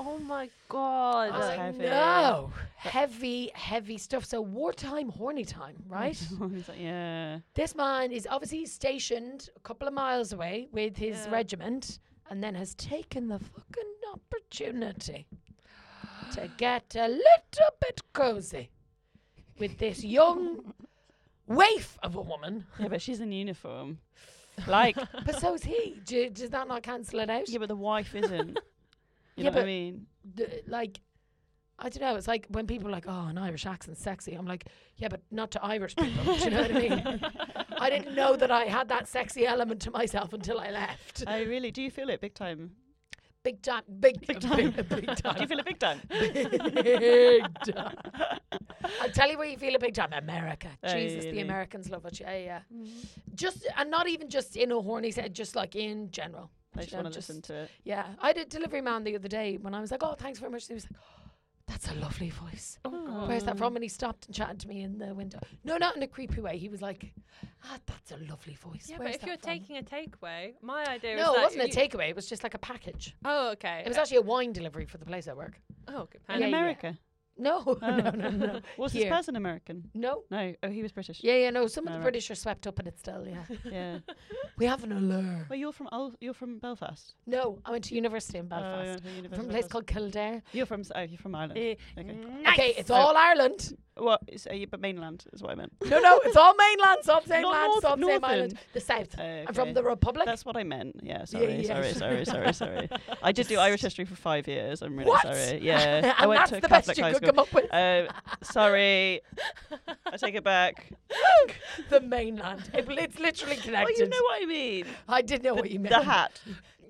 [SPEAKER 1] Oh my god.
[SPEAKER 3] That's
[SPEAKER 2] I
[SPEAKER 3] heavy.
[SPEAKER 2] know. Heavy, heavy stuff. So wartime, horny time, right?
[SPEAKER 3] He's like, yeah.
[SPEAKER 2] this man is obviously stationed a couple of miles away with his
[SPEAKER 1] Yeah.
[SPEAKER 2] regiment and then has taken the fucking opportunity to get a little bit cozy with this young waif of a woman.
[SPEAKER 3] Yeah, but she's in uniform. Like,
[SPEAKER 2] But so's he. Do, does that not cancel it out?
[SPEAKER 3] yeah, but the wife isn't. You
[SPEAKER 2] Yeah,
[SPEAKER 3] know what
[SPEAKER 2] but-
[SPEAKER 3] I mean?
[SPEAKER 2] D- like, I don't know. It's like when people are like, "Oh, an Irish accent's sexy." I'm like, "Yeah, but not to Irish people." do you know what I mean? I didn't know that I had that sexy element to myself until I left.
[SPEAKER 3] I really do you feel it big time?
[SPEAKER 2] Big time, big,
[SPEAKER 3] Big time.
[SPEAKER 2] big, big
[SPEAKER 3] Do you
[SPEAKER 2] time,
[SPEAKER 3] feel it big time?
[SPEAKER 2] big time. I'll tell you where you feel a big time. America, Jesus, the
[SPEAKER 3] Really? Mm-hmm.
[SPEAKER 2] Americans love it. Yeah, yeah. Just and not even just in a horny set, just like in general. Do you
[SPEAKER 3] I just
[SPEAKER 2] know,
[SPEAKER 3] want to listen to it.
[SPEAKER 2] Yeah, I did delivery man the other day when I was like, "Oh, thanks very much." He was like, "That's a lovely voice."
[SPEAKER 1] Oh
[SPEAKER 2] Where's that
[SPEAKER 3] Um,
[SPEAKER 2] from? And he stopped and chatted to me in the window. No, not in a creepy way. He was like, ah, that's a lovely voice.
[SPEAKER 1] Yeah,
[SPEAKER 2] Where's
[SPEAKER 1] but if
[SPEAKER 2] that
[SPEAKER 1] you're
[SPEAKER 2] from?"
[SPEAKER 1] taking a takeaway, my idea is
[SPEAKER 2] No, it
[SPEAKER 1] that
[SPEAKER 2] wasn't a
[SPEAKER 1] you-
[SPEAKER 2] takeaway. It was just like a package.
[SPEAKER 1] Oh, okay.
[SPEAKER 2] It was actually a wine delivery for the place I work.
[SPEAKER 1] oh, okay.
[SPEAKER 2] Yeah,
[SPEAKER 3] In
[SPEAKER 2] yeah.
[SPEAKER 3] America?
[SPEAKER 2] No,
[SPEAKER 3] Oh.
[SPEAKER 2] no, no, no.
[SPEAKER 3] Was
[SPEAKER 2] Here.
[SPEAKER 3] this person American?
[SPEAKER 2] No.
[SPEAKER 3] No. Oh, he was British.
[SPEAKER 2] Yeah, yeah, no. Some of
[SPEAKER 3] No,
[SPEAKER 2] the
[SPEAKER 3] right.
[SPEAKER 2] British are swept up in it still, yeah.
[SPEAKER 3] Yeah.
[SPEAKER 2] we have an allure.
[SPEAKER 3] well, you're from Ul- you're from Belfast.
[SPEAKER 2] No, I went to university in
[SPEAKER 3] Oh, yeah,
[SPEAKER 2] Belfast.
[SPEAKER 3] from
[SPEAKER 2] from
[SPEAKER 3] University
[SPEAKER 2] a
[SPEAKER 3] of
[SPEAKER 2] place
[SPEAKER 3] Belfast.
[SPEAKER 2] called mm. Kildare.
[SPEAKER 3] You're from s- oh, you're from Ireland.
[SPEAKER 1] Eh,
[SPEAKER 3] Okay.
[SPEAKER 2] Okay, it's
[SPEAKER 3] Uh,
[SPEAKER 1] nice.
[SPEAKER 2] all Ireland.
[SPEAKER 3] Well, it's, uh, yeah, but mainland is what I meant.
[SPEAKER 2] No, no, it's all mainland, some same
[SPEAKER 3] Not
[SPEAKER 2] land,
[SPEAKER 3] north-
[SPEAKER 2] some same island.
[SPEAKER 3] northern.
[SPEAKER 2] The south. I'm
[SPEAKER 3] Uh, Okay.
[SPEAKER 2] from the Republic.
[SPEAKER 3] That's what I meant. Yeah, sorry,
[SPEAKER 2] yeah.
[SPEAKER 3] sorry, sorry, sorry, sorry. I did do Irish history for five years. I'm really
[SPEAKER 2] What?
[SPEAKER 3] sorry. Yeah,
[SPEAKER 2] and
[SPEAKER 3] I went
[SPEAKER 2] that's
[SPEAKER 3] to a
[SPEAKER 2] the
[SPEAKER 3] Catholic
[SPEAKER 2] best you
[SPEAKER 3] high
[SPEAKER 2] could
[SPEAKER 3] school.
[SPEAKER 2] come up with.
[SPEAKER 3] Uh, sorry, I take it back.
[SPEAKER 2] the mainland. It- It's literally
[SPEAKER 3] Oh,
[SPEAKER 2] connected.
[SPEAKER 3] you know what I mean.
[SPEAKER 2] I did know what you meant.
[SPEAKER 3] The hat.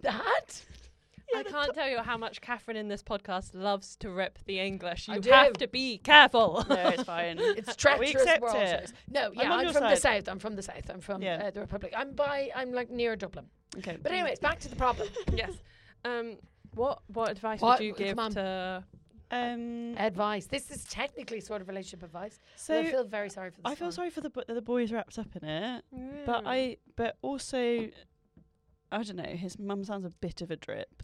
[SPEAKER 2] The hat?
[SPEAKER 1] I can't tell you how much Catherine in this podcast loves to rip the English.
[SPEAKER 2] I
[SPEAKER 1] You
[SPEAKER 2] do.
[SPEAKER 1] have to be careful.
[SPEAKER 3] No, it's fine.
[SPEAKER 2] It's treacherous
[SPEAKER 3] accept
[SPEAKER 2] world.
[SPEAKER 3] it.
[SPEAKER 2] shows. No, yeah,
[SPEAKER 3] I'm on
[SPEAKER 2] I'm,
[SPEAKER 3] your
[SPEAKER 2] from the
[SPEAKER 3] side.
[SPEAKER 2] south. I'm from the south. I'm from
[SPEAKER 3] Yeah.
[SPEAKER 2] uh, the Republic. I'm by. I'm like near Dublin.
[SPEAKER 3] Okay.
[SPEAKER 2] But anyways, back to the problem.
[SPEAKER 1] yes. Um, what what advice
[SPEAKER 2] What-
[SPEAKER 1] would you
[SPEAKER 2] come
[SPEAKER 1] give
[SPEAKER 2] on.
[SPEAKER 1] to?
[SPEAKER 3] um,
[SPEAKER 2] advice. This is technically sort of relationship advice. So I
[SPEAKER 3] so
[SPEAKER 2] feel very sorry for. This
[SPEAKER 3] I feel
[SPEAKER 2] one.
[SPEAKER 3] sorry for the bo- the boys wrapped up in it, but
[SPEAKER 2] Hmm.
[SPEAKER 1] Hmm.
[SPEAKER 3] I but also I don't know. His mum sounds a bit of a drip.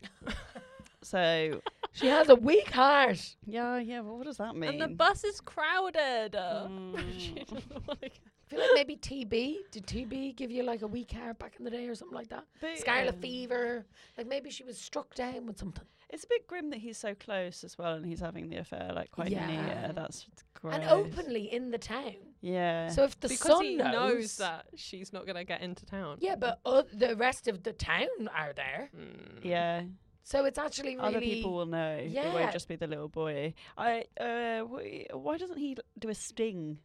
[SPEAKER 3] so
[SPEAKER 2] She has a weak heart.
[SPEAKER 3] yeah, yeah. Well, what does that mean?
[SPEAKER 1] and the bus is crowded. She
[SPEAKER 3] Mm.
[SPEAKER 1] doesn't wanna go.
[SPEAKER 2] I feel like maybe TB. Did TB give you like a weak heart back in the day or something like that?
[SPEAKER 3] But- um,
[SPEAKER 2] Scarlet fever. Like maybe she was struck down with something.
[SPEAKER 3] It's a bit grim that he's so close as well, and he's having the affair like quite
[SPEAKER 2] Yeah.
[SPEAKER 3] near. That's gross.
[SPEAKER 2] And openly in the town.
[SPEAKER 3] Yeah.
[SPEAKER 2] So if the
[SPEAKER 1] because
[SPEAKER 2] son
[SPEAKER 1] he knows that she's not going to get into town.
[SPEAKER 2] Yeah, but uh, the rest of the town are there,
[SPEAKER 1] Mm.
[SPEAKER 3] yeah.
[SPEAKER 2] so it's actually really
[SPEAKER 3] Other people will know. It
[SPEAKER 2] Yeah.
[SPEAKER 3] won't just be the little boy. I. Uh, wh- why doesn't he do a sting?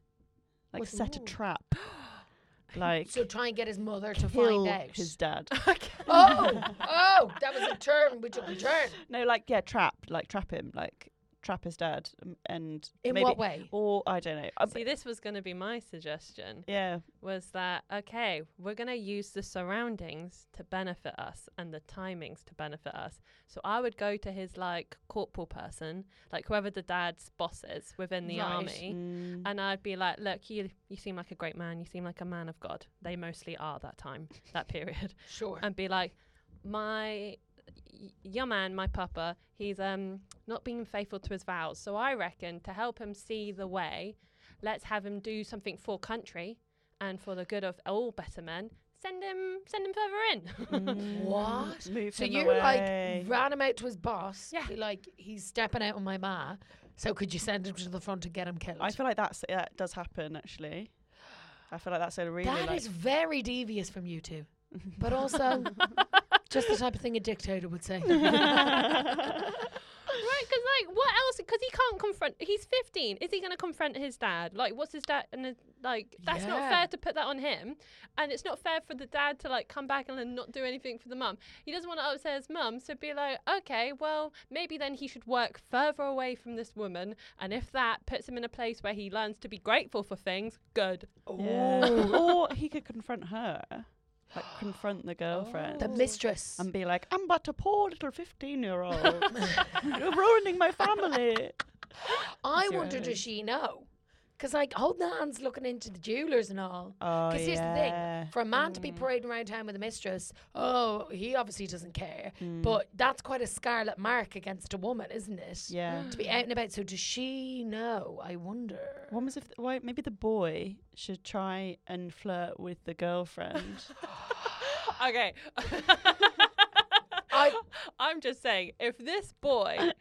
[SPEAKER 3] Like
[SPEAKER 2] With-
[SPEAKER 3] set a
[SPEAKER 2] Ooh.
[SPEAKER 3] trap. like
[SPEAKER 2] So try and get his mother to
[SPEAKER 3] kill
[SPEAKER 2] find out.
[SPEAKER 3] his dad.
[SPEAKER 2] oh, oh, that was a turn. We took a turn.
[SPEAKER 3] no, like yeah, trap. Like trap him. Like trap his dad. um, And
[SPEAKER 2] In
[SPEAKER 3] maybe
[SPEAKER 2] what way?
[SPEAKER 3] or I don't know. Uh,
[SPEAKER 1] See, this was going to be my suggestion.
[SPEAKER 3] yeah.
[SPEAKER 1] was that okay, we're going to use the surroundings to benefit us and the timings to benefit us. So I would go to his like corporal person, like whoever the dad's boss is within the
[SPEAKER 2] Right.
[SPEAKER 1] army,
[SPEAKER 3] Mm.
[SPEAKER 1] and I'd be like, look, you you seem like a great man, you seem like a man of God. They mostly are that time, that period.
[SPEAKER 2] Sure.
[SPEAKER 1] And be like, my y- your man, my papa, he's um not being faithful to his vows. So I reckon to help him see the way, let's have him do something for country and for the good of all better men. Send him, send him further in.
[SPEAKER 2] What?
[SPEAKER 3] Mm. Move
[SPEAKER 2] So
[SPEAKER 3] him
[SPEAKER 2] you
[SPEAKER 3] away.
[SPEAKER 2] like ran him out to his boss.
[SPEAKER 1] Yeah.
[SPEAKER 2] be Like he's stepping out on my ma. So could you send him to the front and get him killed?
[SPEAKER 3] I feel like that's that does happen actually. I feel like that's a really
[SPEAKER 2] That is
[SPEAKER 3] like
[SPEAKER 2] very devious from you two, but also just the type of thing a dictator would say.
[SPEAKER 1] Right, because like, what else? Because he can't confront. He's fifteen. Is he going to confront his dad? Like, what's his dad? And uh, like, that's not
[SPEAKER 2] Yeah.
[SPEAKER 1] fair to put that on him, and it's not fair for the dad to like come back and then not do anything for the mum. He doesn't want to upset his mum, so be like, okay, well, maybe then he should work further away from this woman, and if that puts him in a place where he learns to be grateful for things, good.
[SPEAKER 3] yeah. or he could confront her, like confront the girlfriend
[SPEAKER 2] Oh. The mistress.
[SPEAKER 3] and be like, "I'm but a poor little fifteen-year-old. You're ruining my family."
[SPEAKER 2] I
[SPEAKER 3] Zero.
[SPEAKER 2] wonder, does she know? Because like holding hands, looking into the jewelers and all.
[SPEAKER 3] Oh
[SPEAKER 2] Because here's the
[SPEAKER 3] yeah.
[SPEAKER 2] thing: for a man
[SPEAKER 3] Mm.
[SPEAKER 2] to be parading around town with a mistress, oh, he obviously doesn't care.
[SPEAKER 3] Hmm. Mm.
[SPEAKER 2] But that's quite a scarlet mark against a woman, isn't it?
[SPEAKER 3] Yeah.
[SPEAKER 2] To be out and about. So does she know? I wonder.
[SPEAKER 3] What was if why maybe the boy should try and flirt with the girlfriend?
[SPEAKER 1] Okay.
[SPEAKER 2] I
[SPEAKER 1] I'm just saying, if this boy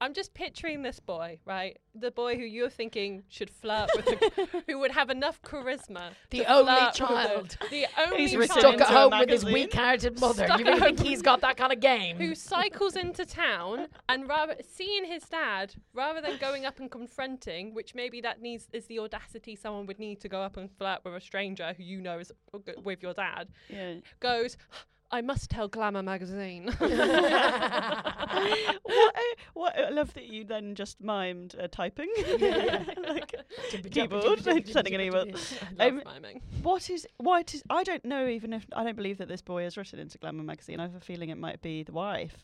[SPEAKER 1] I'm just picturing this boy, right? The boy who you're thinking should flirt with, the, who would have enough charisma.
[SPEAKER 2] The
[SPEAKER 1] to
[SPEAKER 2] only
[SPEAKER 1] flirt with
[SPEAKER 2] child.
[SPEAKER 1] the, the only
[SPEAKER 3] He's
[SPEAKER 1] child
[SPEAKER 3] written
[SPEAKER 2] Stuck
[SPEAKER 3] into
[SPEAKER 2] at
[SPEAKER 3] a
[SPEAKER 2] home with his
[SPEAKER 3] magazine.
[SPEAKER 2] weak-hearted mother.
[SPEAKER 1] Stuck
[SPEAKER 2] you
[SPEAKER 1] at
[SPEAKER 2] really think
[SPEAKER 1] home.
[SPEAKER 2] he's got that kind of game?
[SPEAKER 1] who cycles into town and rather seeing his dad rather than going up and confronting, which maybe that needs is the audacity someone would need to go up and flirt with a stranger who you know is with your dad.
[SPEAKER 3] Yeah.
[SPEAKER 1] Goes, I must tell Glamour magazine.
[SPEAKER 3] what, a, what a- I love that you then just mimed uh, typing. like, keyboard, sending an email.
[SPEAKER 1] Love
[SPEAKER 3] Um,
[SPEAKER 1] miming.
[SPEAKER 3] what is what is I don't know even if I don't believe that this boy has written into Glamour magazine. I have a feeling it might be the wife.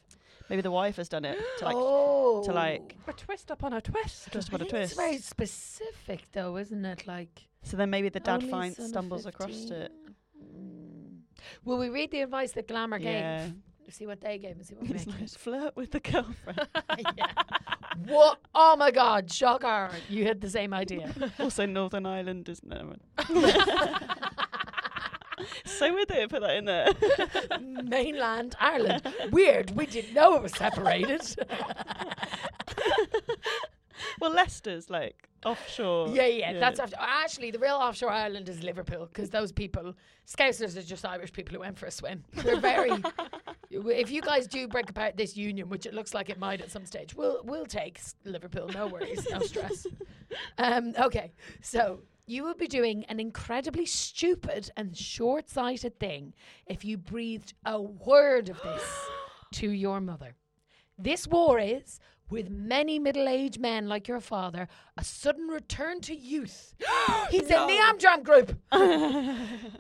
[SPEAKER 3] Maybe the wife has done it to like
[SPEAKER 2] oh.
[SPEAKER 3] to like
[SPEAKER 1] A twist upon a twist.
[SPEAKER 3] just
[SPEAKER 2] I
[SPEAKER 3] about
[SPEAKER 2] think
[SPEAKER 3] a twist.
[SPEAKER 2] It's very specific, though, isn't it? Like,
[SPEAKER 3] So then maybe the dad
[SPEAKER 2] only
[SPEAKER 3] finds
[SPEAKER 2] son of
[SPEAKER 3] stumbles across
[SPEAKER 2] 15.
[SPEAKER 3] it.
[SPEAKER 2] Mm. Will we read the advice that Glamour
[SPEAKER 3] Yeah.
[SPEAKER 2] gave? See what they gave and see what we
[SPEAKER 3] It's
[SPEAKER 2] make.
[SPEAKER 3] like, flirt with the girlfriend.
[SPEAKER 2] What? Oh my God! Shocker! You had the same idea.
[SPEAKER 3] also Northern Ireland is never mind. so weird they put that in there.
[SPEAKER 2] Mainland Ireland. Weird. We didn't know it was separated.
[SPEAKER 3] well Leicester's like offshore.
[SPEAKER 2] yeah, yeah, That's after, actually the real offshore Ireland is Liverpool because those people, Scousers, are just Irish people who went for a swim. We're very. if you guys do break apart this union, which it looks like it might at some stage, we'll we'll take s- Liverpool. No worries. No stress. Um, okay, so you would be doing an incredibly stupid and short sighted thing if you breathed a word of this to your mother. This war is, with many middle aged men like your father, a sudden return to youth. He's in the Amdram group.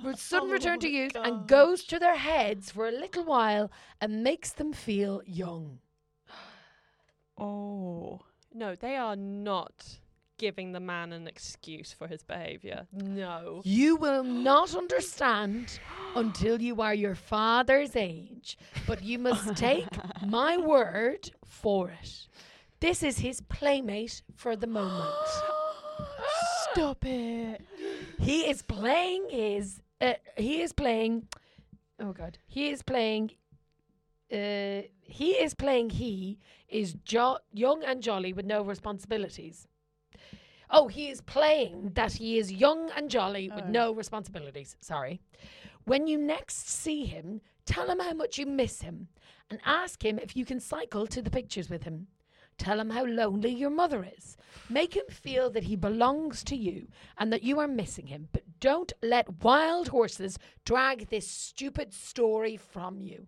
[SPEAKER 2] With sudden return to youth and goes to their heads for a little while and makes them feel young.
[SPEAKER 3] Oh.
[SPEAKER 1] No, they are not giving the man an excuse for his behaviour. No.
[SPEAKER 2] You will not understand until you are your father's age, but you must take my word for it. This is his playmate for the moment.
[SPEAKER 3] Stop it.
[SPEAKER 2] He is playing his. Uh, he is playing. Oh God. He is playing. Uh, he is playing. He is jo- young and jolly with no responsibilities. Oh, he is playing that he is young and jolly with no responsibilities. Sorry. When you next see him, tell him how much you miss him and ask him if you can cycle to the pictures with him. Tell him how lonely your mother is. Make him feel that he belongs to you and that you are missing him, but don't let wild horses drag this stupid story from you.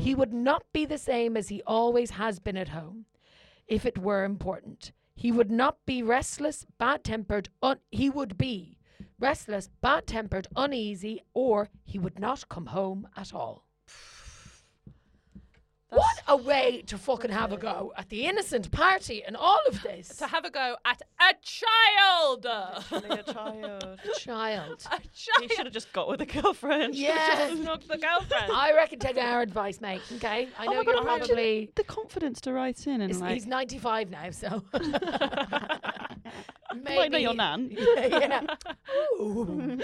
[SPEAKER 2] He would not be the same as he always has been at home if it were important. He would not be restless, bad tempered, un- he would be restless, bad tempered, uneasy, or he would not come home at all. What a way to fucking have a go at the innocent party and all of this.
[SPEAKER 1] To have a go at a child. a
[SPEAKER 3] Only a child.
[SPEAKER 2] Child.
[SPEAKER 3] He
[SPEAKER 1] child.
[SPEAKER 3] should have just got with a girlfriend.
[SPEAKER 2] Yeah.
[SPEAKER 1] Snog the girlfriend.
[SPEAKER 2] I reckon take our advice, mate. Okay, I
[SPEAKER 3] Oh
[SPEAKER 2] know
[SPEAKER 3] my God,
[SPEAKER 2] you're
[SPEAKER 3] imagine
[SPEAKER 2] probably
[SPEAKER 3] The confidence to write in and
[SPEAKER 2] he's,
[SPEAKER 3] like
[SPEAKER 2] he's 95 now, so maybe
[SPEAKER 3] might know your nan.
[SPEAKER 2] yeah. Ooh.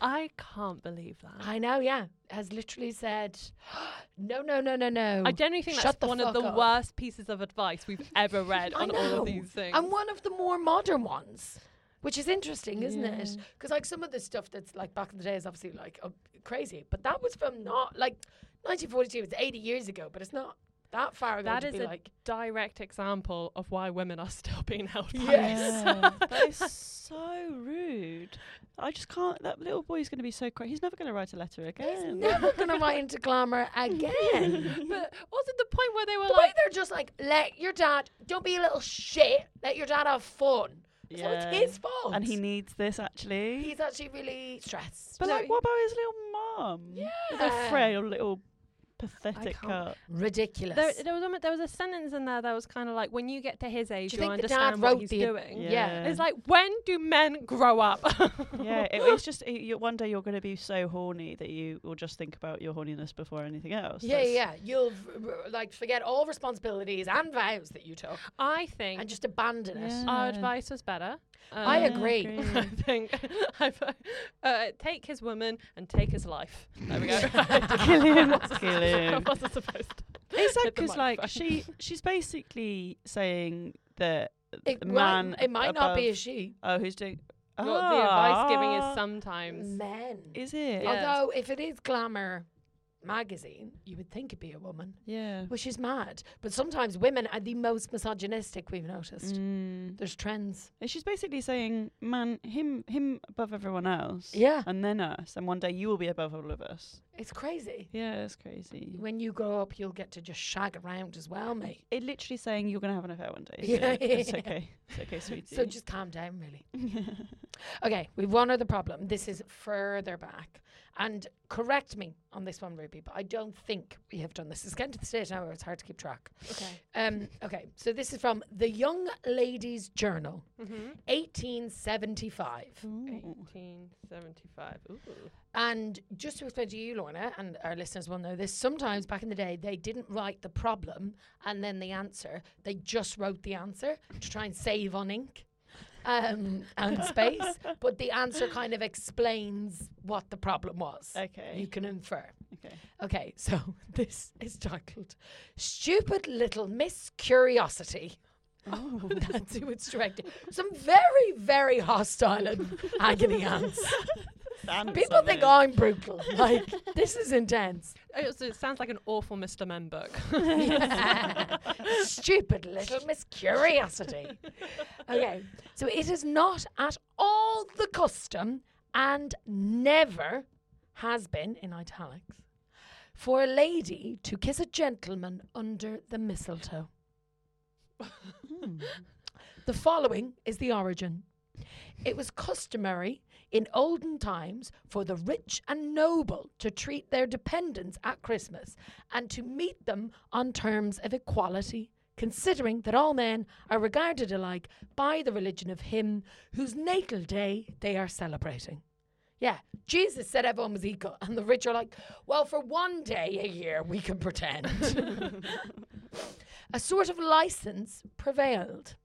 [SPEAKER 1] I can't believe that.
[SPEAKER 2] I know. Yeah, has literally said, no, no, no, no, no.
[SPEAKER 1] I generally think
[SPEAKER 2] Shut
[SPEAKER 1] that's
[SPEAKER 2] the
[SPEAKER 1] one of the
[SPEAKER 2] fuck up.
[SPEAKER 1] worst pieces of advice we've ever read
[SPEAKER 2] I
[SPEAKER 1] on all
[SPEAKER 2] know.
[SPEAKER 1] of these things.
[SPEAKER 2] And one of the more modern ones, which is interesting, isn't it? 'Cause it? Because like some of the stuff that's like back in the day is obviously like uh, crazy, but that was from not like 1942. It's 80 years ago, but it's not that far ago.
[SPEAKER 1] that
[SPEAKER 2] to
[SPEAKER 1] is
[SPEAKER 2] be
[SPEAKER 1] a
[SPEAKER 2] like
[SPEAKER 1] direct example of why women are still being held back.
[SPEAKER 2] Yes.
[SPEAKER 3] that is so rude. I just can't. That little boy's going to be so crazy. He's never going to write a letter
[SPEAKER 2] He's
[SPEAKER 3] again.
[SPEAKER 2] never gonna write into glamour again.
[SPEAKER 1] But also the point where they were
[SPEAKER 2] the way
[SPEAKER 1] like,
[SPEAKER 2] they're just like, let your dad, don't be a little shit. Let your dad have fun. It's not-
[SPEAKER 3] Yeah.
[SPEAKER 2] it's his fault.
[SPEAKER 3] And he needs this actually.
[SPEAKER 2] he's actually really stressed.
[SPEAKER 3] but like,
[SPEAKER 2] So-
[SPEAKER 3] what about his little mom? Yeah.
[SPEAKER 2] Yeah.
[SPEAKER 3] The frail little pathetic
[SPEAKER 1] can't-
[SPEAKER 3] cup.
[SPEAKER 2] ridiculous.
[SPEAKER 1] there, there was almost- there was a sentence in there that was kind of like, when you get to his age,
[SPEAKER 2] Do
[SPEAKER 1] you
[SPEAKER 2] you
[SPEAKER 1] will
[SPEAKER 2] think the dad
[SPEAKER 1] understand what
[SPEAKER 2] wrote
[SPEAKER 1] he's
[SPEAKER 2] the?
[SPEAKER 1] doing.
[SPEAKER 2] Yeah.
[SPEAKER 1] It's like, when do men grow up?
[SPEAKER 3] yeah, it, it's just it, you, one day you're going to be so horny that you will just think about your horniness before anything else.
[SPEAKER 2] Yeah,
[SPEAKER 3] That's-
[SPEAKER 2] yeah. You'll r- like forget all responsibilities and vows that you took
[SPEAKER 1] I think
[SPEAKER 2] and just abandon it.
[SPEAKER 1] our
[SPEAKER 3] Yeah.
[SPEAKER 1] advice was better.
[SPEAKER 2] I
[SPEAKER 1] Um,
[SPEAKER 2] agree.
[SPEAKER 1] I think I've, uh, take his woman and take his life. There we go.
[SPEAKER 3] kill him. kill him.
[SPEAKER 1] Wasn't supposed to.
[SPEAKER 3] It's
[SPEAKER 1] Hit the
[SPEAKER 3] because like
[SPEAKER 1] microphone.
[SPEAKER 3] she she's basically saying that
[SPEAKER 2] It,
[SPEAKER 3] the
[SPEAKER 2] well,
[SPEAKER 3] man.
[SPEAKER 2] it might not be a
[SPEAKER 3] above-
[SPEAKER 2] she.
[SPEAKER 3] Oh, who's doing?
[SPEAKER 1] What the advice giving
[SPEAKER 3] Ah,
[SPEAKER 1] is sometimes.
[SPEAKER 2] Men.
[SPEAKER 3] Is it?
[SPEAKER 1] Yeah.
[SPEAKER 2] Although, if it is Glamour magazine, you would think it'd be a woman,
[SPEAKER 3] Yeah.
[SPEAKER 2] which is mad. But sometimes women are the most misogynistic we've noticed.
[SPEAKER 3] Mm.
[SPEAKER 2] There's trends.
[SPEAKER 3] And She's basically saying, man, him, him above everyone else.
[SPEAKER 2] Yeah.
[SPEAKER 3] And then us, and one day you will be above all of us.
[SPEAKER 2] It's crazy.
[SPEAKER 3] Yeah, it's crazy.
[SPEAKER 2] When you grow up, you'll get to just shag around as well, mate.
[SPEAKER 3] It literally saying you're gonna have an affair one day. so
[SPEAKER 2] Yeah.
[SPEAKER 3] It's okay. It's okay, sweetie.
[SPEAKER 2] So just calm down, really. okay, we've one other problem. This is further back. And correct me on this one, Ruby, but I don't think we have done this. It's getting to the stage now where it's hard to keep track.
[SPEAKER 1] Okay.
[SPEAKER 2] Um, okay, so this is from the Young Ladies Journal,
[SPEAKER 1] Mm-hmm.
[SPEAKER 2] 1875.
[SPEAKER 3] Ooh.
[SPEAKER 1] 1875. Ooh.
[SPEAKER 2] And just to explain to you, Lorna, and our listeners will know this, sometimes back in the day, they didn't write the problem and then the answer. They just wrote the answer to try and save on ink um, and space. But the answer kind of explains what the problem was. You
[SPEAKER 3] Okay.
[SPEAKER 2] can infer.
[SPEAKER 3] Okay.
[SPEAKER 2] Okay, so this is titled Stupid Little Miss Curiosity.
[SPEAKER 3] Oh.
[SPEAKER 2] That's who it's directed. Some very, very hostile and agony ants. People think I'm brutal. Like this is intense.
[SPEAKER 1] It, so it sounds like an awful Mr. Men book.
[SPEAKER 2] Stupid little Miss Curiosity. Okay, so it is not at all the custom, and never has been in italics, for a lady to kiss a gentleman under the mistletoe. The following is the origin. It was customary in olden times for the rich and noble to treat their dependents at Christmas and to meet them on terms of equality, considering that all men are regarded alike by the religion of him whose natal day they are celebrating. Yeah, Jesus said everyone was equal, and the rich are like, well, for one day a year, we can pretend. a sort of license prevailed.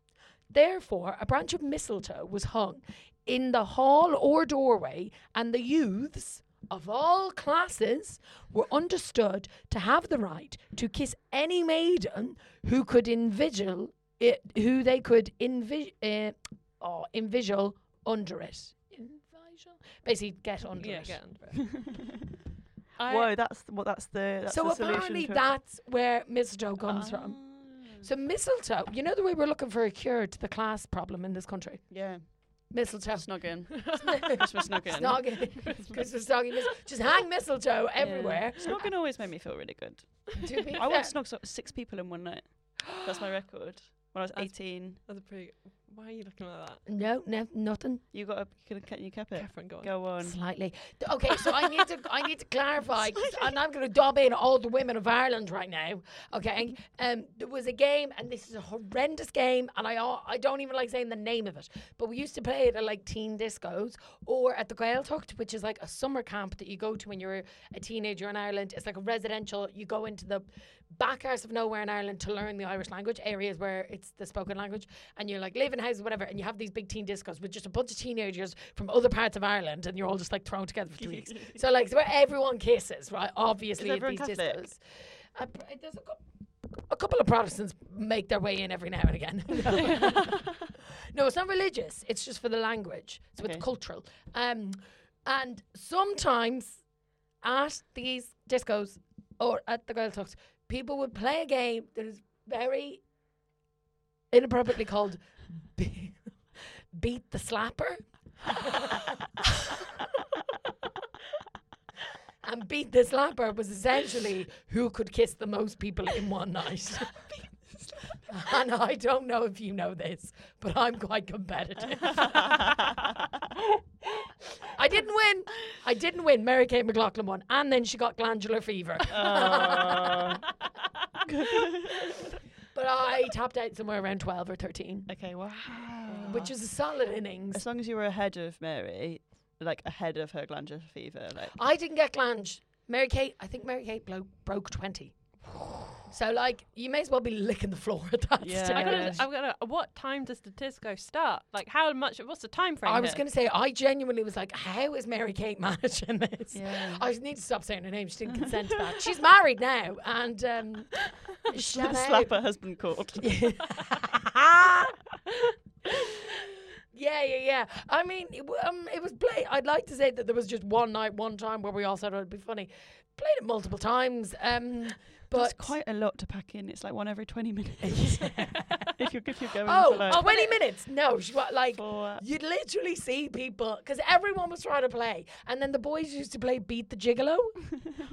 [SPEAKER 2] Therefore, a branch of mistletoe was hung in the hall or doorway, and the youths of all classes were understood to have the right to kiss any maiden who could invigil it, who they could invi- uh, or invigil under it. Invigil? Basically, get under
[SPEAKER 1] yeah,
[SPEAKER 2] it.
[SPEAKER 1] get under it. I-
[SPEAKER 3] Whoa, that's th- what that's the that's
[SPEAKER 2] so
[SPEAKER 3] the solution
[SPEAKER 2] apparently,
[SPEAKER 3] to it.
[SPEAKER 2] that's where mistletoe comes from.
[SPEAKER 3] Ah.
[SPEAKER 2] So mistletoe, you know the way we're looking for a cure to the class problem in this country.
[SPEAKER 3] Yeah.
[SPEAKER 2] Mistletoe.
[SPEAKER 3] Snogging. Christmas snogging.
[SPEAKER 2] Snogging. Christmas snogging. Mis- just hang mistletoe everywhere.
[SPEAKER 3] Snogging always made me feel really good.
[SPEAKER 2] To be
[SPEAKER 3] I once
[SPEAKER 2] fair.
[SPEAKER 3] snogged so- six people in one night. That's my record. When I was
[SPEAKER 1] That's-
[SPEAKER 3] 18,
[SPEAKER 1] That's a pretty. Why are you looking like that?
[SPEAKER 2] No, no, nothing.
[SPEAKER 3] you got a can, can you cap it?
[SPEAKER 1] Catherine, go on.
[SPEAKER 3] Go on.
[SPEAKER 2] Slightly. Th- Okay, so I need to I need to clarify, 'cause- and I'm going to dob in all the women of Ireland right now. Okay, um, there was a game, and this is a horrendous game, and I al- I don't even like saying the name of it, but we used to play it at like teen discos or at the Gaeltacht, which is like a summer camp that you go to when you're a teenager in Ireland. It's like a residential. You go into the backyards of nowhere in Ireland to learn the Irish language, areas where it's the spoken language, and you're like living houses, whatever, and you have these big teen discos with just a bunch of teenagers from other parts of Ireland, and you're all just like thrown together for two weeks. So like, it's where everyone kisses, right? Obviously, at
[SPEAKER 3] everyone
[SPEAKER 2] these
[SPEAKER 3] Catholic?
[SPEAKER 2] discos. Uh, pr- there's a, cou- a couple of Protestants make their way in every now and again. no, it's not religious. It's just for the language. So
[SPEAKER 3] Okay.
[SPEAKER 2] it's cultural. Um, and sometimes at these discos or at the girl talks, people would play a game that is very inappropriately called be- Beat the Slapper. and Beat the Slapper was essentially who could kiss the most people in one night. and I don't know if you know this, but I'm quite competitive. I didn't win. I didn't win. Mary Kate McLaughlin won, and then she got glandular fever.
[SPEAKER 3] Oh.
[SPEAKER 2] But I tapped out somewhere around 12 or 13,
[SPEAKER 3] okay, wow.
[SPEAKER 2] which is a solid innings.
[SPEAKER 3] As long as you were ahead of Mary, like ahead of her glandular
[SPEAKER 2] Oh,
[SPEAKER 3] fever, like
[SPEAKER 2] I didn't get glange. Mary Kate, I think Mary Kate blo- broke 20. So like, you may as well be licking the floor at that
[SPEAKER 3] Yeah.
[SPEAKER 1] I
[SPEAKER 2] stage.
[SPEAKER 1] gotta,
[SPEAKER 3] Yes.
[SPEAKER 1] I gotta. uh, What time does the disco start? Like, how much? What's the time frame?
[SPEAKER 2] I was
[SPEAKER 1] here?
[SPEAKER 2] going to say, I genuinely was like, how is Mary Kate managing this?
[SPEAKER 3] Yeah.
[SPEAKER 2] I need to stop saying her name. She didn't consent to that. She's married now, and um, shout out.
[SPEAKER 3] Slap her husband called.
[SPEAKER 2] yeah, yeah, yeah, yeah. I mean, it, w- um, it was played. I'd like to say that there was just one night, one time where we all said it would be funny. Played it multiple times, um, but
[SPEAKER 3] That's quite a lot to pack in. It's like one every 20 minutes. if you're if you're going for
[SPEAKER 2] oh,
[SPEAKER 3] like
[SPEAKER 2] 20 minutes. No, she, wa- like
[SPEAKER 3] four. uh,
[SPEAKER 2] You'd literally see people because everyone was trying to play, and then the boys used to play Beat the Gigolo,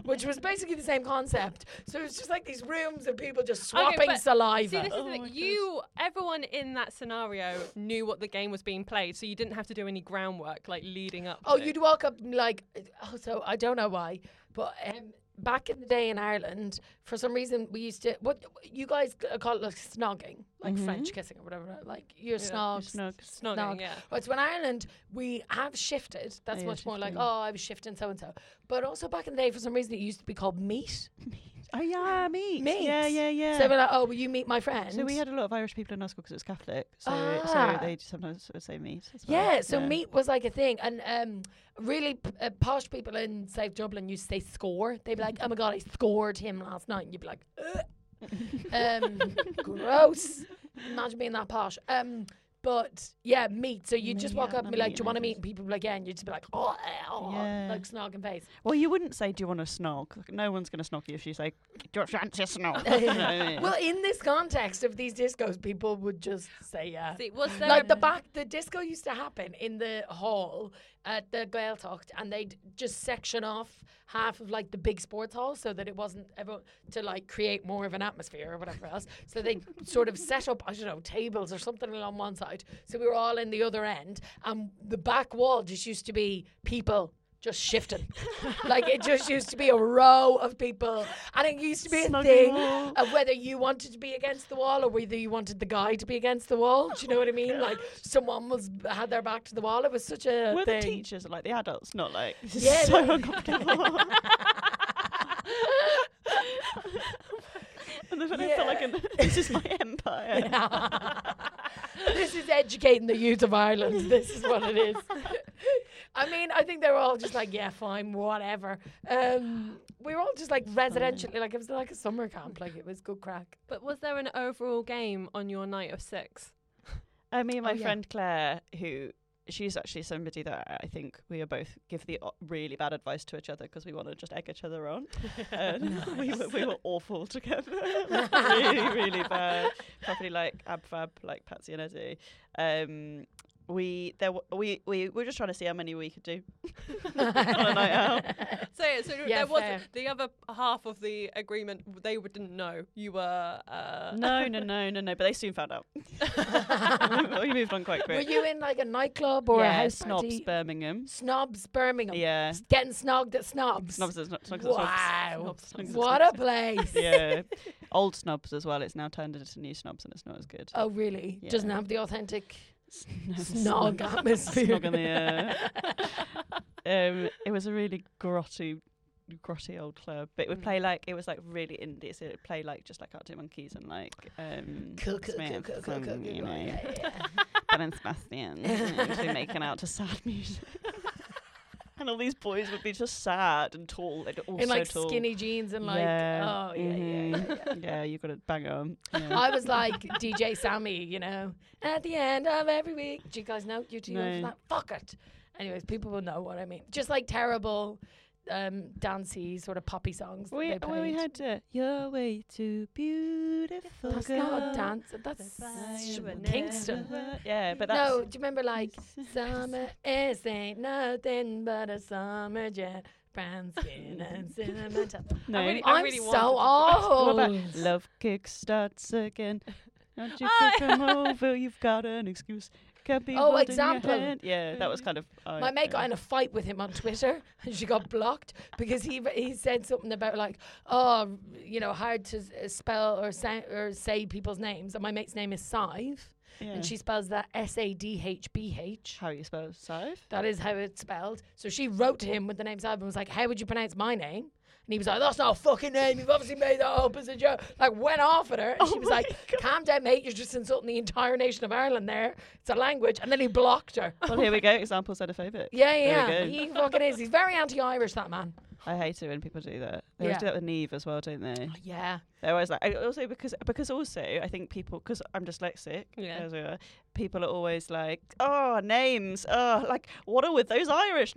[SPEAKER 2] which was basically the same concept. So it was just like these rooms of people just
[SPEAKER 1] Okay,
[SPEAKER 2] swapping
[SPEAKER 1] but
[SPEAKER 2] saliva.
[SPEAKER 1] See, this
[SPEAKER 3] Oh
[SPEAKER 1] is
[SPEAKER 3] my
[SPEAKER 1] the,
[SPEAKER 3] gosh.
[SPEAKER 1] you. Everyone in that scenario knew what the game was being played, so you didn't have to do any groundwork like leading up.
[SPEAKER 2] oh,
[SPEAKER 1] to it.
[SPEAKER 2] you'd walk up and like, oh, so I don't know why, but um, back in the day in Ireland, for some reason we used to what you guys c- call it like snogging, like French kissing or whatever, like you're
[SPEAKER 1] Mm-hmm. Yeah,
[SPEAKER 2] snogs.
[SPEAKER 3] Snugs.
[SPEAKER 1] snogging.
[SPEAKER 2] Snog.
[SPEAKER 1] Yeah.
[SPEAKER 2] Whereas when Ireland, we have shifted. That's
[SPEAKER 3] yeah,
[SPEAKER 2] much more like,
[SPEAKER 3] shifting.
[SPEAKER 2] oh, I was shifting so and so. But also back in the day, for some reason, it used to be called meat.
[SPEAKER 3] Oh yeah, meat.
[SPEAKER 2] Meat.
[SPEAKER 3] Yeah, yeah, yeah.
[SPEAKER 2] So we're like, oh, will you meet my friend?
[SPEAKER 3] So we had a lot of Irish people in our school because it was Catholic. So,
[SPEAKER 2] Ah.
[SPEAKER 3] so they sometimes would say meat. as well.
[SPEAKER 2] Yeah, so meat was like a thing, and um, really p- uh, posh people in South Dublin used to say score. They'd be like, "Oh my god, I scored him last night," and you'd be like, Ugh. um, "Gross." Imagine being that posh. Um, but yeah, meat. So you just
[SPEAKER 3] Meat,
[SPEAKER 2] walk
[SPEAKER 3] yeah,
[SPEAKER 2] up and be
[SPEAKER 3] meat
[SPEAKER 2] like, "Do you
[SPEAKER 3] and
[SPEAKER 2] want to
[SPEAKER 3] I
[SPEAKER 2] meet?"
[SPEAKER 3] just-
[SPEAKER 2] And people would be like, "Yeah," and you'd just be like, "Oh, eh, oh,"
[SPEAKER 3] Yeah.
[SPEAKER 2] like snogging face.
[SPEAKER 3] Well, you wouldn't say, "Do you want to snog?" Like, No one's going to snog you if you say, "Do you fancy a snog?" You know what I mean?
[SPEAKER 2] Well, in this context of these discos, people would just say, "Yeah."
[SPEAKER 1] See, was there
[SPEAKER 2] like the back the disco used to happen in the hall at the Gaeltacht and they'd just section off half of like the big sports hall so that it wasn't everyone to like create more of an atmosphere or whatever else so they sort of set up I don't know tables or something along one side so we were all in the other end and the back wall just used to be people just shifting like it just used to be a row of people and it used to be a
[SPEAKER 3] Smuggling
[SPEAKER 2] thing
[SPEAKER 3] wall.
[SPEAKER 2] of whether you wanted to be against the wall or whether you wanted the guy to be against the wall. Do you
[SPEAKER 3] Oh
[SPEAKER 2] know what I mean? Like someone was had their back to the wall. It was such a
[SPEAKER 3] Were the
[SPEAKER 2] thing.
[SPEAKER 3] teachers like the adults, not like this is
[SPEAKER 2] Yeah,
[SPEAKER 3] so
[SPEAKER 2] no.
[SPEAKER 3] uncomfortable? and then I felt like an, this is my empire.
[SPEAKER 2] this is educating the youth of Ireland. This is what it is. I mean, I think they were all just like, yeah, fine, whatever. Um, we were all just like residentially, like it was like a summer camp. Like it was good crack.
[SPEAKER 1] But was there an overall game on your night of six?
[SPEAKER 3] Uh, me and my
[SPEAKER 2] yeah.
[SPEAKER 3] friend Claire, who she's actually somebody that I think we are both give the o- really bad advice to each other because we want to just egg each other on. And we, were, we were awful together, really, really bad. Probably like ab fab, like Patsy and Eddie. Um, we there w- we we were just trying to see how many we could do on a night out.
[SPEAKER 1] So, so
[SPEAKER 2] Yeah,
[SPEAKER 1] there wasn't
[SPEAKER 2] fair.
[SPEAKER 1] the other half of the agreement. They w- didn't know you were. Uh,
[SPEAKER 3] No, no, no, no, no. But they soon found out. we moved on quite
[SPEAKER 2] Were
[SPEAKER 3] quick.
[SPEAKER 2] you in like a nightclub or a
[SPEAKER 3] yeah,
[SPEAKER 2] house
[SPEAKER 3] snobs
[SPEAKER 2] party?
[SPEAKER 3] Birmingham.
[SPEAKER 2] snobs Birmingham.
[SPEAKER 3] Yeah,
[SPEAKER 2] S- Getting snogged at snobs.
[SPEAKER 3] snobs. is not- Snobs. is Snobs.
[SPEAKER 2] Wow.
[SPEAKER 1] Snobs,
[SPEAKER 3] snobs.
[SPEAKER 2] What a place.
[SPEAKER 3] yeah. Old snobs as well. It's now turned into new snobs and it's not as good.
[SPEAKER 2] Oh, really?
[SPEAKER 3] Yeah.
[SPEAKER 2] Doesn't have the authentic
[SPEAKER 3] Snog.
[SPEAKER 2] snog atmosphere.
[SPEAKER 3] Snog in the air. um, it was a really grotty, grotty old club. But it would
[SPEAKER 2] Mm.
[SPEAKER 3] play like, it was like really indie. So it would play like just like Arctic Monkeys and like um,
[SPEAKER 2] Cool, cool, cool,
[SPEAKER 3] Smiths
[SPEAKER 2] cool, cool, cool,
[SPEAKER 3] and,
[SPEAKER 2] cool,
[SPEAKER 3] you
[SPEAKER 2] cool,
[SPEAKER 3] know,
[SPEAKER 2] yeah, yeah.
[SPEAKER 3] Ben and Sebastian. Usually making out to sad music. and all these boys would be just sad and tall. They'd all
[SPEAKER 2] In
[SPEAKER 3] so
[SPEAKER 2] like
[SPEAKER 3] tall.
[SPEAKER 2] skinny jeans and like,
[SPEAKER 3] yeah. Mm-hmm.
[SPEAKER 2] oh, yeah, yeah, yeah,
[SPEAKER 3] mhm.
[SPEAKER 2] yeah.
[SPEAKER 3] Yeah, you've got to bang on. Yeah.
[SPEAKER 2] I was like DJ Sammy, you know, at the end of every week. Do you guys know? You two know
[SPEAKER 3] No.
[SPEAKER 2] that? Fuck it. Anyways, people will know what I mean. Just like terrible, um, dancey sort of poppy songs. that
[SPEAKER 3] We,
[SPEAKER 2] they
[SPEAKER 3] well, we
[SPEAKER 2] played.
[SPEAKER 3] had uh, Your Way Too Beautiful.
[SPEAKER 2] That's
[SPEAKER 3] girl.
[SPEAKER 2] not dance. That's
[SPEAKER 1] Goodbye,
[SPEAKER 2] sh-
[SPEAKER 1] you were
[SPEAKER 2] Kingston.
[SPEAKER 1] never-
[SPEAKER 3] Yeah, but that's.
[SPEAKER 2] No, do you remember like summer is ain't nothing but a summer jet, brown skin and cinnamon toast.
[SPEAKER 3] No.
[SPEAKER 1] I really-
[SPEAKER 2] I'm
[SPEAKER 1] wanted
[SPEAKER 2] so
[SPEAKER 1] to-
[SPEAKER 3] What
[SPEAKER 2] old.
[SPEAKER 3] about Love kick starts again. Don't you
[SPEAKER 1] Oh,
[SPEAKER 3] could come over? You've got an excuse. Can't be
[SPEAKER 2] Oh,
[SPEAKER 3] holding your
[SPEAKER 2] example.
[SPEAKER 3] hand. Yeah, that was kind of. I-
[SPEAKER 2] My mate got
[SPEAKER 3] yeah.
[SPEAKER 2] in a fight with him on Twitter, and she got blocked because he he said something about like, oh, you know, hard to s- uh, spell or say, or say people's names. And my mate's name is Sive,
[SPEAKER 3] uh, Yeah.
[SPEAKER 2] and she spells that S A D H B H.
[SPEAKER 3] How you spell Save?
[SPEAKER 2] That is how it's spelled. So she wrote to him with the name Simon and was like, How would you pronounce my name? And he was like, "That's not a fucking name. You've obviously made that up as a joke." Like went off at her, and she was
[SPEAKER 3] Oh my
[SPEAKER 2] like, "Calm down, mate. You're just insulting the entire nation of Ireland. There, it's a language." And then he blocked her.
[SPEAKER 3] Well, here we go. Example xenophobic.
[SPEAKER 2] Yeah,
[SPEAKER 3] There
[SPEAKER 2] yeah,
[SPEAKER 3] we go.
[SPEAKER 2] he fucking is. He's very anti-Irish, that man.
[SPEAKER 3] I hate it when people do that. They always
[SPEAKER 2] Yeah.
[SPEAKER 3] do that with Neve as well, don't they?
[SPEAKER 2] Yeah,
[SPEAKER 3] They're always like, I also because because also I think people because I'm dyslexic.
[SPEAKER 1] Yeah.
[SPEAKER 3] as we are, people are always like, oh names, oh like what are with those Irish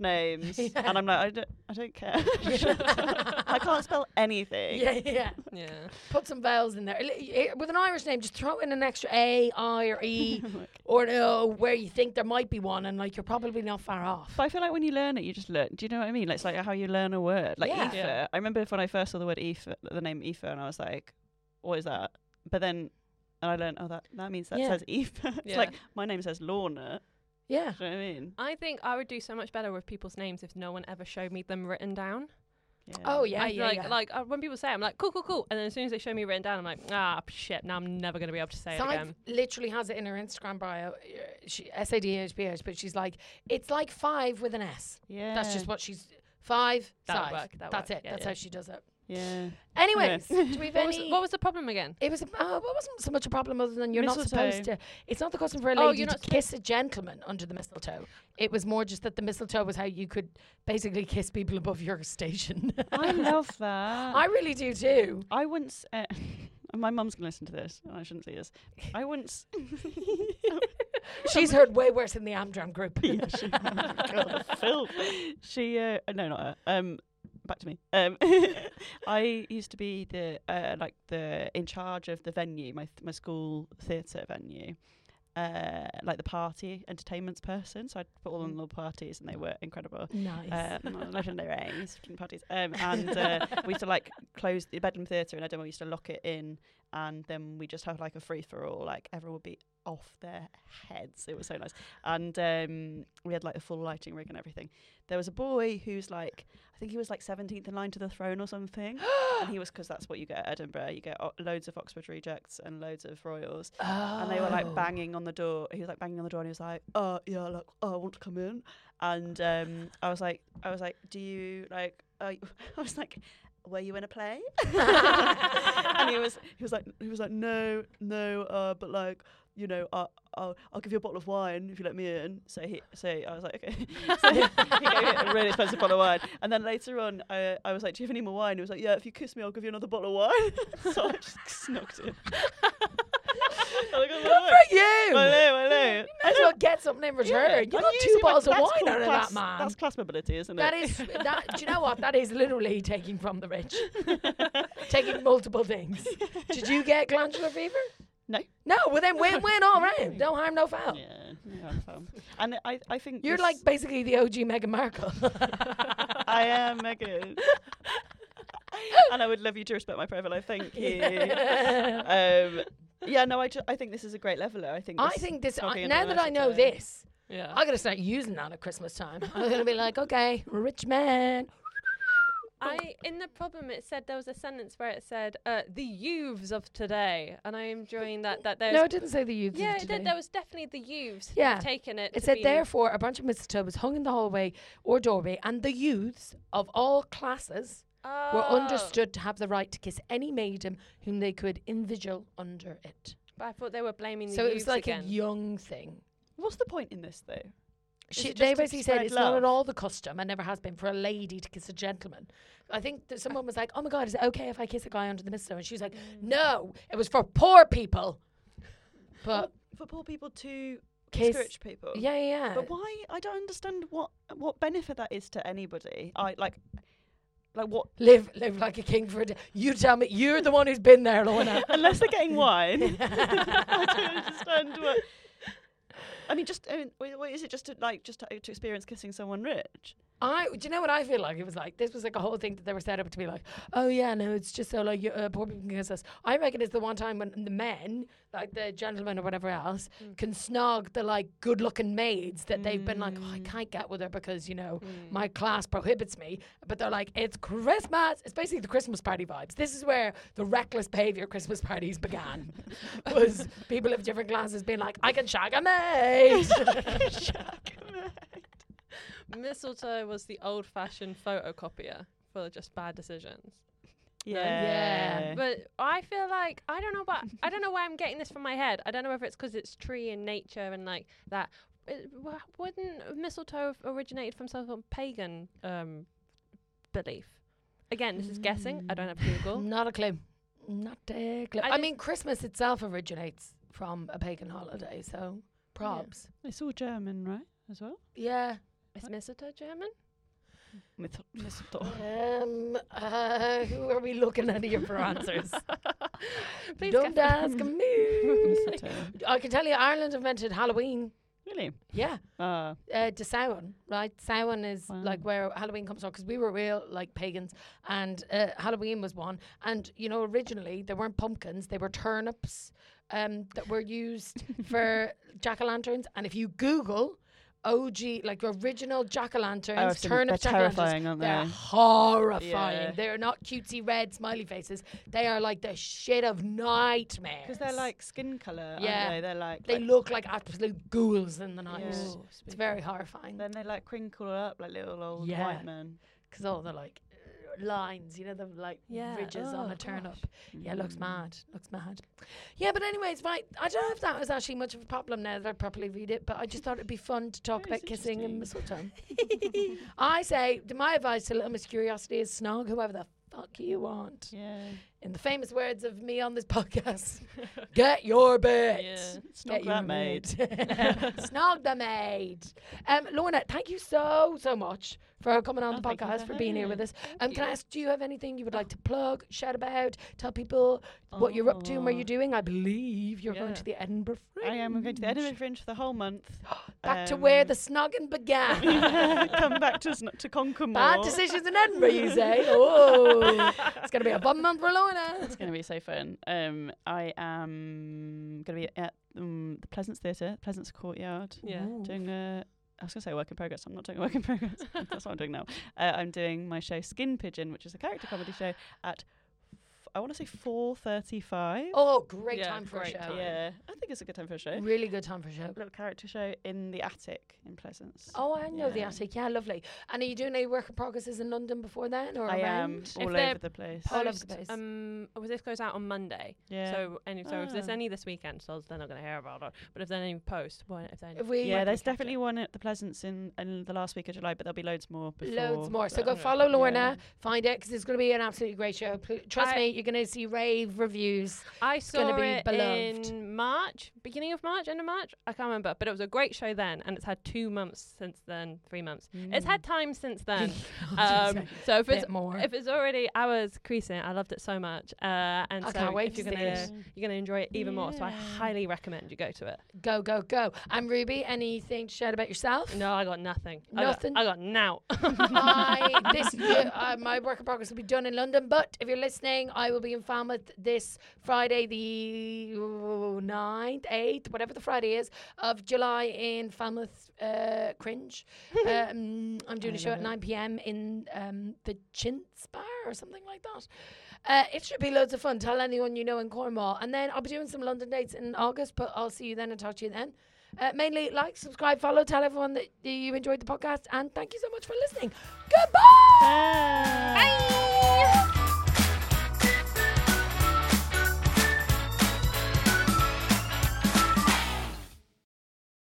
[SPEAKER 3] names?
[SPEAKER 2] Yeah.
[SPEAKER 3] And I'm like, I don't, I don't care. I can't spell anything.
[SPEAKER 2] yeah, yeah.
[SPEAKER 1] Yeah.
[SPEAKER 2] Put some vowels in there Li- eh, with an Irish name. Just throw in an extra A, I, or E,
[SPEAKER 3] Oh
[SPEAKER 2] or an O where you think there might be one, and like you're probably not far off.
[SPEAKER 3] But I feel like when you learn it, you just learn. Do you know what I mean? Like, it's like how you learn a word. Like
[SPEAKER 2] Yeah.
[SPEAKER 3] Aoife.
[SPEAKER 1] Yeah.
[SPEAKER 3] I remember when I first saw the word Aoife, the name Aoife, and I was like, what is that? But then, and I learned, oh, that, that means that
[SPEAKER 2] Yeah.
[SPEAKER 3] says Aoife. it's
[SPEAKER 1] Yeah.
[SPEAKER 3] like, my name says Lorna.
[SPEAKER 2] Yeah.
[SPEAKER 3] Do you know what I mean?
[SPEAKER 1] I think I would do so much better with people's names if no one ever showed me them written down.
[SPEAKER 3] Yeah.
[SPEAKER 2] Oh yeah,
[SPEAKER 1] I,
[SPEAKER 2] yeah,
[SPEAKER 1] like
[SPEAKER 2] yeah.
[SPEAKER 1] like uh, when people say it, I'm like cool cool cool, and then as soon as they show me written down, I'm like ah shit, now I'm never gonna be able to say it
[SPEAKER 2] Sive
[SPEAKER 1] again.
[SPEAKER 2] literally has it in her Instagram bio. uh, She S A D H B H, but she's like, it's like five with an S.
[SPEAKER 3] Yeah.
[SPEAKER 2] That's just what she's five.
[SPEAKER 1] That'll
[SPEAKER 2] Sive.
[SPEAKER 1] work, that'll
[SPEAKER 2] That's
[SPEAKER 1] work,
[SPEAKER 2] it.
[SPEAKER 1] yeah,
[SPEAKER 2] That's
[SPEAKER 1] yeah.
[SPEAKER 2] how she does it.
[SPEAKER 3] Yeah.
[SPEAKER 2] Anyways, do we have
[SPEAKER 1] What was,
[SPEAKER 2] any?
[SPEAKER 1] what was the problem again?
[SPEAKER 2] it was. A, uh, what wasn't so much a problem other than you're not supposed
[SPEAKER 3] Mistletoe.
[SPEAKER 2] to. It's not the custom for a
[SPEAKER 1] Oh,
[SPEAKER 2] lady
[SPEAKER 1] you're
[SPEAKER 2] to
[SPEAKER 1] not supposed-
[SPEAKER 2] kiss a gentleman under the mistletoe. It was more just that the mistletoe was how you could basically kiss people above your station.
[SPEAKER 3] I love that.
[SPEAKER 2] I really do too.
[SPEAKER 3] I once. Uh, my mum's gonna listen to this. and I shouldn't say this. I once.
[SPEAKER 2] She's heard way worse in the Amdram group.
[SPEAKER 3] yeah, she, oh my God, the filth. She. Uh, no, not her. Um, back to me. Um, I used to be the uh, like the in charge of the venue, my th- my school theatre venue. Uh, like the party entertainments person, so I'd put all on little parties, and they were incredible.
[SPEAKER 2] nice.
[SPEAKER 1] Uh,
[SPEAKER 3] Um, legendary student parties. Um, and uh, we used to like close the bedroom theatre in Edinburgh. We used to lock it in, and then we just have like a free for all. Like everyone would be off their heads. It was so nice, and um, we had like the full lighting rig and everything. There was a boy who's like, I think he was like 17th in line to the throne or something. and he was because that's what you get at Edinburgh. You get o- loads of Oxford rejects and loads of royals and they were
[SPEAKER 2] Oh.
[SPEAKER 3] like banging on the door. He was like banging on the door, and he was like, "Uh, yeah, like oh, I want to come in." And um, I was like, I was like, "Do you like?" Uh, I was like, "Were you in a play?" and he was, he was like, he was like, "No, no, uh, but like, you know, uh, I'll, I'll give you a bottle of wine if you let me in." So he, so I was like, "Okay." so he gave me a really expensive bottle of wine, and then later on, I, I was like, "Do you have any more wine?" He was like, "Yeah, if you kiss me, I'll give you another bottle of wine." so I just snuck it. I got my wine.
[SPEAKER 2] For you.
[SPEAKER 3] I know, I know.
[SPEAKER 2] Might as well get something in return.
[SPEAKER 3] Yeah,
[SPEAKER 2] You
[SPEAKER 3] I'm
[SPEAKER 2] got two
[SPEAKER 3] using my-
[SPEAKER 2] bottles of
[SPEAKER 3] that's
[SPEAKER 2] wine
[SPEAKER 3] called
[SPEAKER 2] out of
[SPEAKER 3] class,
[SPEAKER 2] that man.
[SPEAKER 3] That's class mobility, isn't it?
[SPEAKER 2] that is that. Do you know what? That is literally taking from the rich, taking multiple things. Did you get glandular fever?
[SPEAKER 3] No.
[SPEAKER 2] No. Well, then win win all round. No harm, no foul.
[SPEAKER 3] Yeah, yeah, I'm fine. and I, I think
[SPEAKER 2] You're
[SPEAKER 3] this-
[SPEAKER 2] like basically the OG Meghan Markle.
[SPEAKER 3] I am Megan, and I would love you to respect my private life. Thank you. um, yeah, no, I, ju- I think this is a great leveler. I think.
[SPEAKER 2] I
[SPEAKER 3] this
[SPEAKER 2] think this.
[SPEAKER 3] talking
[SPEAKER 2] I, now
[SPEAKER 3] about
[SPEAKER 2] that I know
[SPEAKER 3] today.
[SPEAKER 2] this,
[SPEAKER 1] Yeah.
[SPEAKER 2] I'm gonna start using that at Christmas time. I'm gonna be like, okay, rich man.
[SPEAKER 1] I in the problem it said there was a sentence where it said uh, the youths of today, and I am enjoying that that there's
[SPEAKER 2] No, it didn't say the youth.
[SPEAKER 1] yeah
[SPEAKER 2] of
[SPEAKER 1] it
[SPEAKER 2] today.
[SPEAKER 1] did, there was definitely the youths who've
[SPEAKER 2] Yeah.
[SPEAKER 1] taken it. to
[SPEAKER 2] It said,
[SPEAKER 1] be-
[SPEAKER 2] therefore, a bunch of mistletoe was hung in the hallway or doorway, and the youths of all classes were
[SPEAKER 1] Oh,
[SPEAKER 2] understood to have the right to kiss any maiden whom they could invigil under it.
[SPEAKER 1] But I thought they were blaming the
[SPEAKER 2] So
[SPEAKER 1] youths
[SPEAKER 2] it was like
[SPEAKER 1] again.
[SPEAKER 2] a young thing.
[SPEAKER 3] What's the point in this though?
[SPEAKER 2] She,
[SPEAKER 3] it
[SPEAKER 2] they
[SPEAKER 3] just to
[SPEAKER 2] basically said
[SPEAKER 3] spread
[SPEAKER 2] it's not at
[SPEAKER 3] love?
[SPEAKER 2] all the custom and never has been for a lady to kiss a gentleman. I think that someone was like, "Oh my god, is it okay if I kiss a guy under the mistletoe?" And she was like, "No, it was for poor people." But
[SPEAKER 3] For poor people to
[SPEAKER 2] Kiss-
[SPEAKER 3] kiss rich people.
[SPEAKER 2] yeah, yeah, yeah.
[SPEAKER 3] But why? I don't understand what what benefit that is to anybody. I like, like what
[SPEAKER 2] live live like a king for a day. You tell me, you're the one who's been there, Lorna.
[SPEAKER 3] unless they're getting wine. I don't understand what. I mean, just I mean, wait, wait, is it just to like just to, to experience kissing someone rich?
[SPEAKER 2] I do you know what I feel like? It was like this was like a whole thing that they were set up to be like, oh yeah, no, it's just so like you- uh, poor people can kiss us. I reckon it's the one time when the men, like the gentlemen or whatever else, can snog the like good-looking maids that they've been like, oh, I can't get with her because you know my class prohibits me. But they're like, it's Christmas. It's basically the Christmas party vibes. This is where the reckless behavior Christmas parties began. was people of different classes being like, I can shag a maid.
[SPEAKER 1] Mistletoe was the old-fashioned photocopier full of just bad decisions.
[SPEAKER 2] Yeah.
[SPEAKER 1] But I feel like I don't know what I don't know where I'm getting this from my head. I don't know whether it's because it's tree and nature and like that. It, w- wouldn't mistletoe have originated from some sort of pagan um, belief? Again, this is guessing. I don't have
[SPEAKER 2] Mm.
[SPEAKER 1] Google.
[SPEAKER 2] Not a clue. Not a clue.
[SPEAKER 1] I
[SPEAKER 2] I,
[SPEAKER 1] just-
[SPEAKER 2] mean, Christmas itself originates from a pagan holiday, so props.
[SPEAKER 3] It's all German, right? As well.
[SPEAKER 2] Yeah.
[SPEAKER 1] is mistletoe German?
[SPEAKER 4] Myth-
[SPEAKER 2] Um. Uh, who are we looking at here for answers?
[SPEAKER 1] Please
[SPEAKER 2] Don't
[SPEAKER 1] guess.
[SPEAKER 2] ask me.
[SPEAKER 3] Mistletoe.
[SPEAKER 2] I can tell you, Ireland invented Halloween.
[SPEAKER 3] Really?
[SPEAKER 2] Yeah,
[SPEAKER 3] Uh,
[SPEAKER 2] uh, to Samhain, right? Samhain is
[SPEAKER 3] Wow.
[SPEAKER 2] like where Halloween comes from because we were real like pagans, and uh, Halloween was one. And you know, originally they weren't pumpkins; they were turnips um, that were used for jack o' lanterns. And if you Google OG, like original jack o'
[SPEAKER 3] Oh,
[SPEAKER 2] lanterns,
[SPEAKER 3] I've seen-
[SPEAKER 2] turnip jack
[SPEAKER 3] they're
[SPEAKER 2] o' lanterns,
[SPEAKER 3] terrifying, aren't
[SPEAKER 2] they're
[SPEAKER 3] they?
[SPEAKER 2] horrifying.
[SPEAKER 4] Yeah.
[SPEAKER 2] They're not cutesy red smiley faces. They are like the shit of nightmares.
[SPEAKER 3] Because they're like skin colour,
[SPEAKER 2] Yeah.
[SPEAKER 3] aren't they? They're like,
[SPEAKER 2] they
[SPEAKER 3] like-
[SPEAKER 2] look like absolute ghouls in the night.
[SPEAKER 3] Yeah.
[SPEAKER 1] Ooh,
[SPEAKER 2] It's
[SPEAKER 1] spooky.
[SPEAKER 2] very horrifying.
[SPEAKER 3] Then they like crinkle up like little old
[SPEAKER 2] Yeah.
[SPEAKER 3] white men.
[SPEAKER 2] because all the like lines, you know, the like
[SPEAKER 1] Yeah.
[SPEAKER 2] ridges
[SPEAKER 1] Oh, Mm.
[SPEAKER 2] on a turnip.
[SPEAKER 1] gosh.
[SPEAKER 2] Yeah,
[SPEAKER 3] Mm.
[SPEAKER 2] looks mad, looks mad. Yeah, but anyways, right. I don't know if that was actually much of a problem now that I properly read it, but I just thought it'd be fun to talk
[SPEAKER 3] That
[SPEAKER 2] about
[SPEAKER 3] is
[SPEAKER 2] kissing and mistletoe. I say, th- my advice to Little Miss Curiosity is snog whoever the fuck you want.
[SPEAKER 3] Yeah.
[SPEAKER 2] In the famous words of me on this podcast, get your bit.
[SPEAKER 1] Yeah.
[SPEAKER 3] It's not
[SPEAKER 2] Get your
[SPEAKER 3] that made.
[SPEAKER 2] Snog the maid. Um, Lorna, thank you so, so much for coming on
[SPEAKER 3] Oh,
[SPEAKER 2] the
[SPEAKER 3] thank you
[SPEAKER 2] podcast, for,
[SPEAKER 3] for
[SPEAKER 2] being here with
[SPEAKER 3] having
[SPEAKER 2] us. Um, can I ask, do you have anything you would
[SPEAKER 3] Oh.
[SPEAKER 2] like to plug, shout about, tell people what you're up to and where
[SPEAKER 3] Oh.
[SPEAKER 2] you're doing? I believe you're going
[SPEAKER 1] Yeah.
[SPEAKER 2] to the Edinburgh Fringe.
[SPEAKER 3] I am going to the Edinburgh Fringe for the whole month.
[SPEAKER 2] Back to where
[SPEAKER 3] Um,
[SPEAKER 2] the snogging began.
[SPEAKER 3] come back to us not to conquer more.
[SPEAKER 2] Bad decisions in Edinburgh, you say? Oh, it's going to be a bum month for Lorna.
[SPEAKER 3] It's going to be so fun. Um, I am going to be at um, the Pleasance Theatre, Pleasance Courtyard,
[SPEAKER 1] Yeah.
[SPEAKER 2] Ooh.
[SPEAKER 3] doing a. I was going to say work in progress. I'm not doing a work in progress. That's what I'm doing now. Uh, I'm doing my show Skin Pigeon, which is a character comedy show at f- I want to say 4:35.
[SPEAKER 2] Oh, great
[SPEAKER 1] Yeah,
[SPEAKER 2] time for
[SPEAKER 1] great
[SPEAKER 2] a show.
[SPEAKER 1] time.
[SPEAKER 3] yeah, I think it's a good time for a show.
[SPEAKER 2] Really good time for a show.
[SPEAKER 3] little character show in the attic in Pleasance.
[SPEAKER 2] Oh, I know the
[SPEAKER 3] Yeah.
[SPEAKER 2] attic. Yeah, lovely. And are you doing any work in progresses in London before then, or
[SPEAKER 3] I am
[SPEAKER 2] around?
[SPEAKER 1] If
[SPEAKER 3] all
[SPEAKER 1] they're
[SPEAKER 3] over the place.
[SPEAKER 2] All over the
[SPEAKER 1] Post,
[SPEAKER 2] place.
[SPEAKER 1] Um, well, this goes out on Monday.
[SPEAKER 3] Yeah.
[SPEAKER 1] So, any, so if there's
[SPEAKER 3] Ah.
[SPEAKER 1] any this weekend, so they're not going to hear about it. But if there's any post, well, if they
[SPEAKER 2] If we
[SPEAKER 3] yeah,
[SPEAKER 1] might
[SPEAKER 3] there's
[SPEAKER 1] catch it.
[SPEAKER 3] definitely one at the Pleasance in, in the last week of July, but there'll be loads more before.
[SPEAKER 2] loads more. So
[SPEAKER 3] but- uh,
[SPEAKER 2] go
[SPEAKER 1] yeah.
[SPEAKER 2] follow Lorna, find it because it's going to be an absolutely great show. Pl- Trust
[SPEAKER 1] I-
[SPEAKER 2] me, you're going to see rave reviews.
[SPEAKER 1] I
[SPEAKER 2] gonna
[SPEAKER 1] saw
[SPEAKER 2] be
[SPEAKER 1] it
[SPEAKER 2] beloved.
[SPEAKER 1] in March, beginning of March, end of March. I can't remember, but it was a great show then, and it's had two months since then, three months. It's
[SPEAKER 2] Mm.
[SPEAKER 1] had time since then. um, so if it's
[SPEAKER 2] bit more.
[SPEAKER 1] if it's already, I was creasing. it. I loved it so much, uh, and
[SPEAKER 2] I
[SPEAKER 1] so
[SPEAKER 2] can't
[SPEAKER 3] Mm.
[SPEAKER 2] wait
[SPEAKER 1] if
[SPEAKER 2] to
[SPEAKER 1] you're
[SPEAKER 2] see
[SPEAKER 1] gonna
[SPEAKER 2] it.
[SPEAKER 1] you're gonna enjoy it even more. So I
[SPEAKER 3] Yeah.
[SPEAKER 1] highly recommend you go to it.
[SPEAKER 2] go go go. And Ruby, anything to shout about yourself?
[SPEAKER 1] No, I got nothing.
[SPEAKER 2] Nothing?
[SPEAKER 1] I got, I got now.
[SPEAKER 2] I, this, you, uh, my work in progress will be done in London, but if you're listening, I will be in Falmouth this Friday, the 9th, 8th, whatever the Friday is, of July in Falmouth uh, Cringe. Um, I'm doing a
[SPEAKER 3] I
[SPEAKER 2] show
[SPEAKER 3] love
[SPEAKER 2] at 9
[SPEAKER 3] it.
[SPEAKER 2] p.m. in um, the Chintz Bar or something like that. Uh, it should be loads of fun. Tell anyone you know in Cornwall. And then I'll be doing some London dates in August, but I'll see you then and talk to you then. Uh, mainly like, subscribe, follow, tell everyone that you enjoyed the podcast, and thank you so much for listening. Goodbye.
[SPEAKER 3] Bye.
[SPEAKER 2] Bye.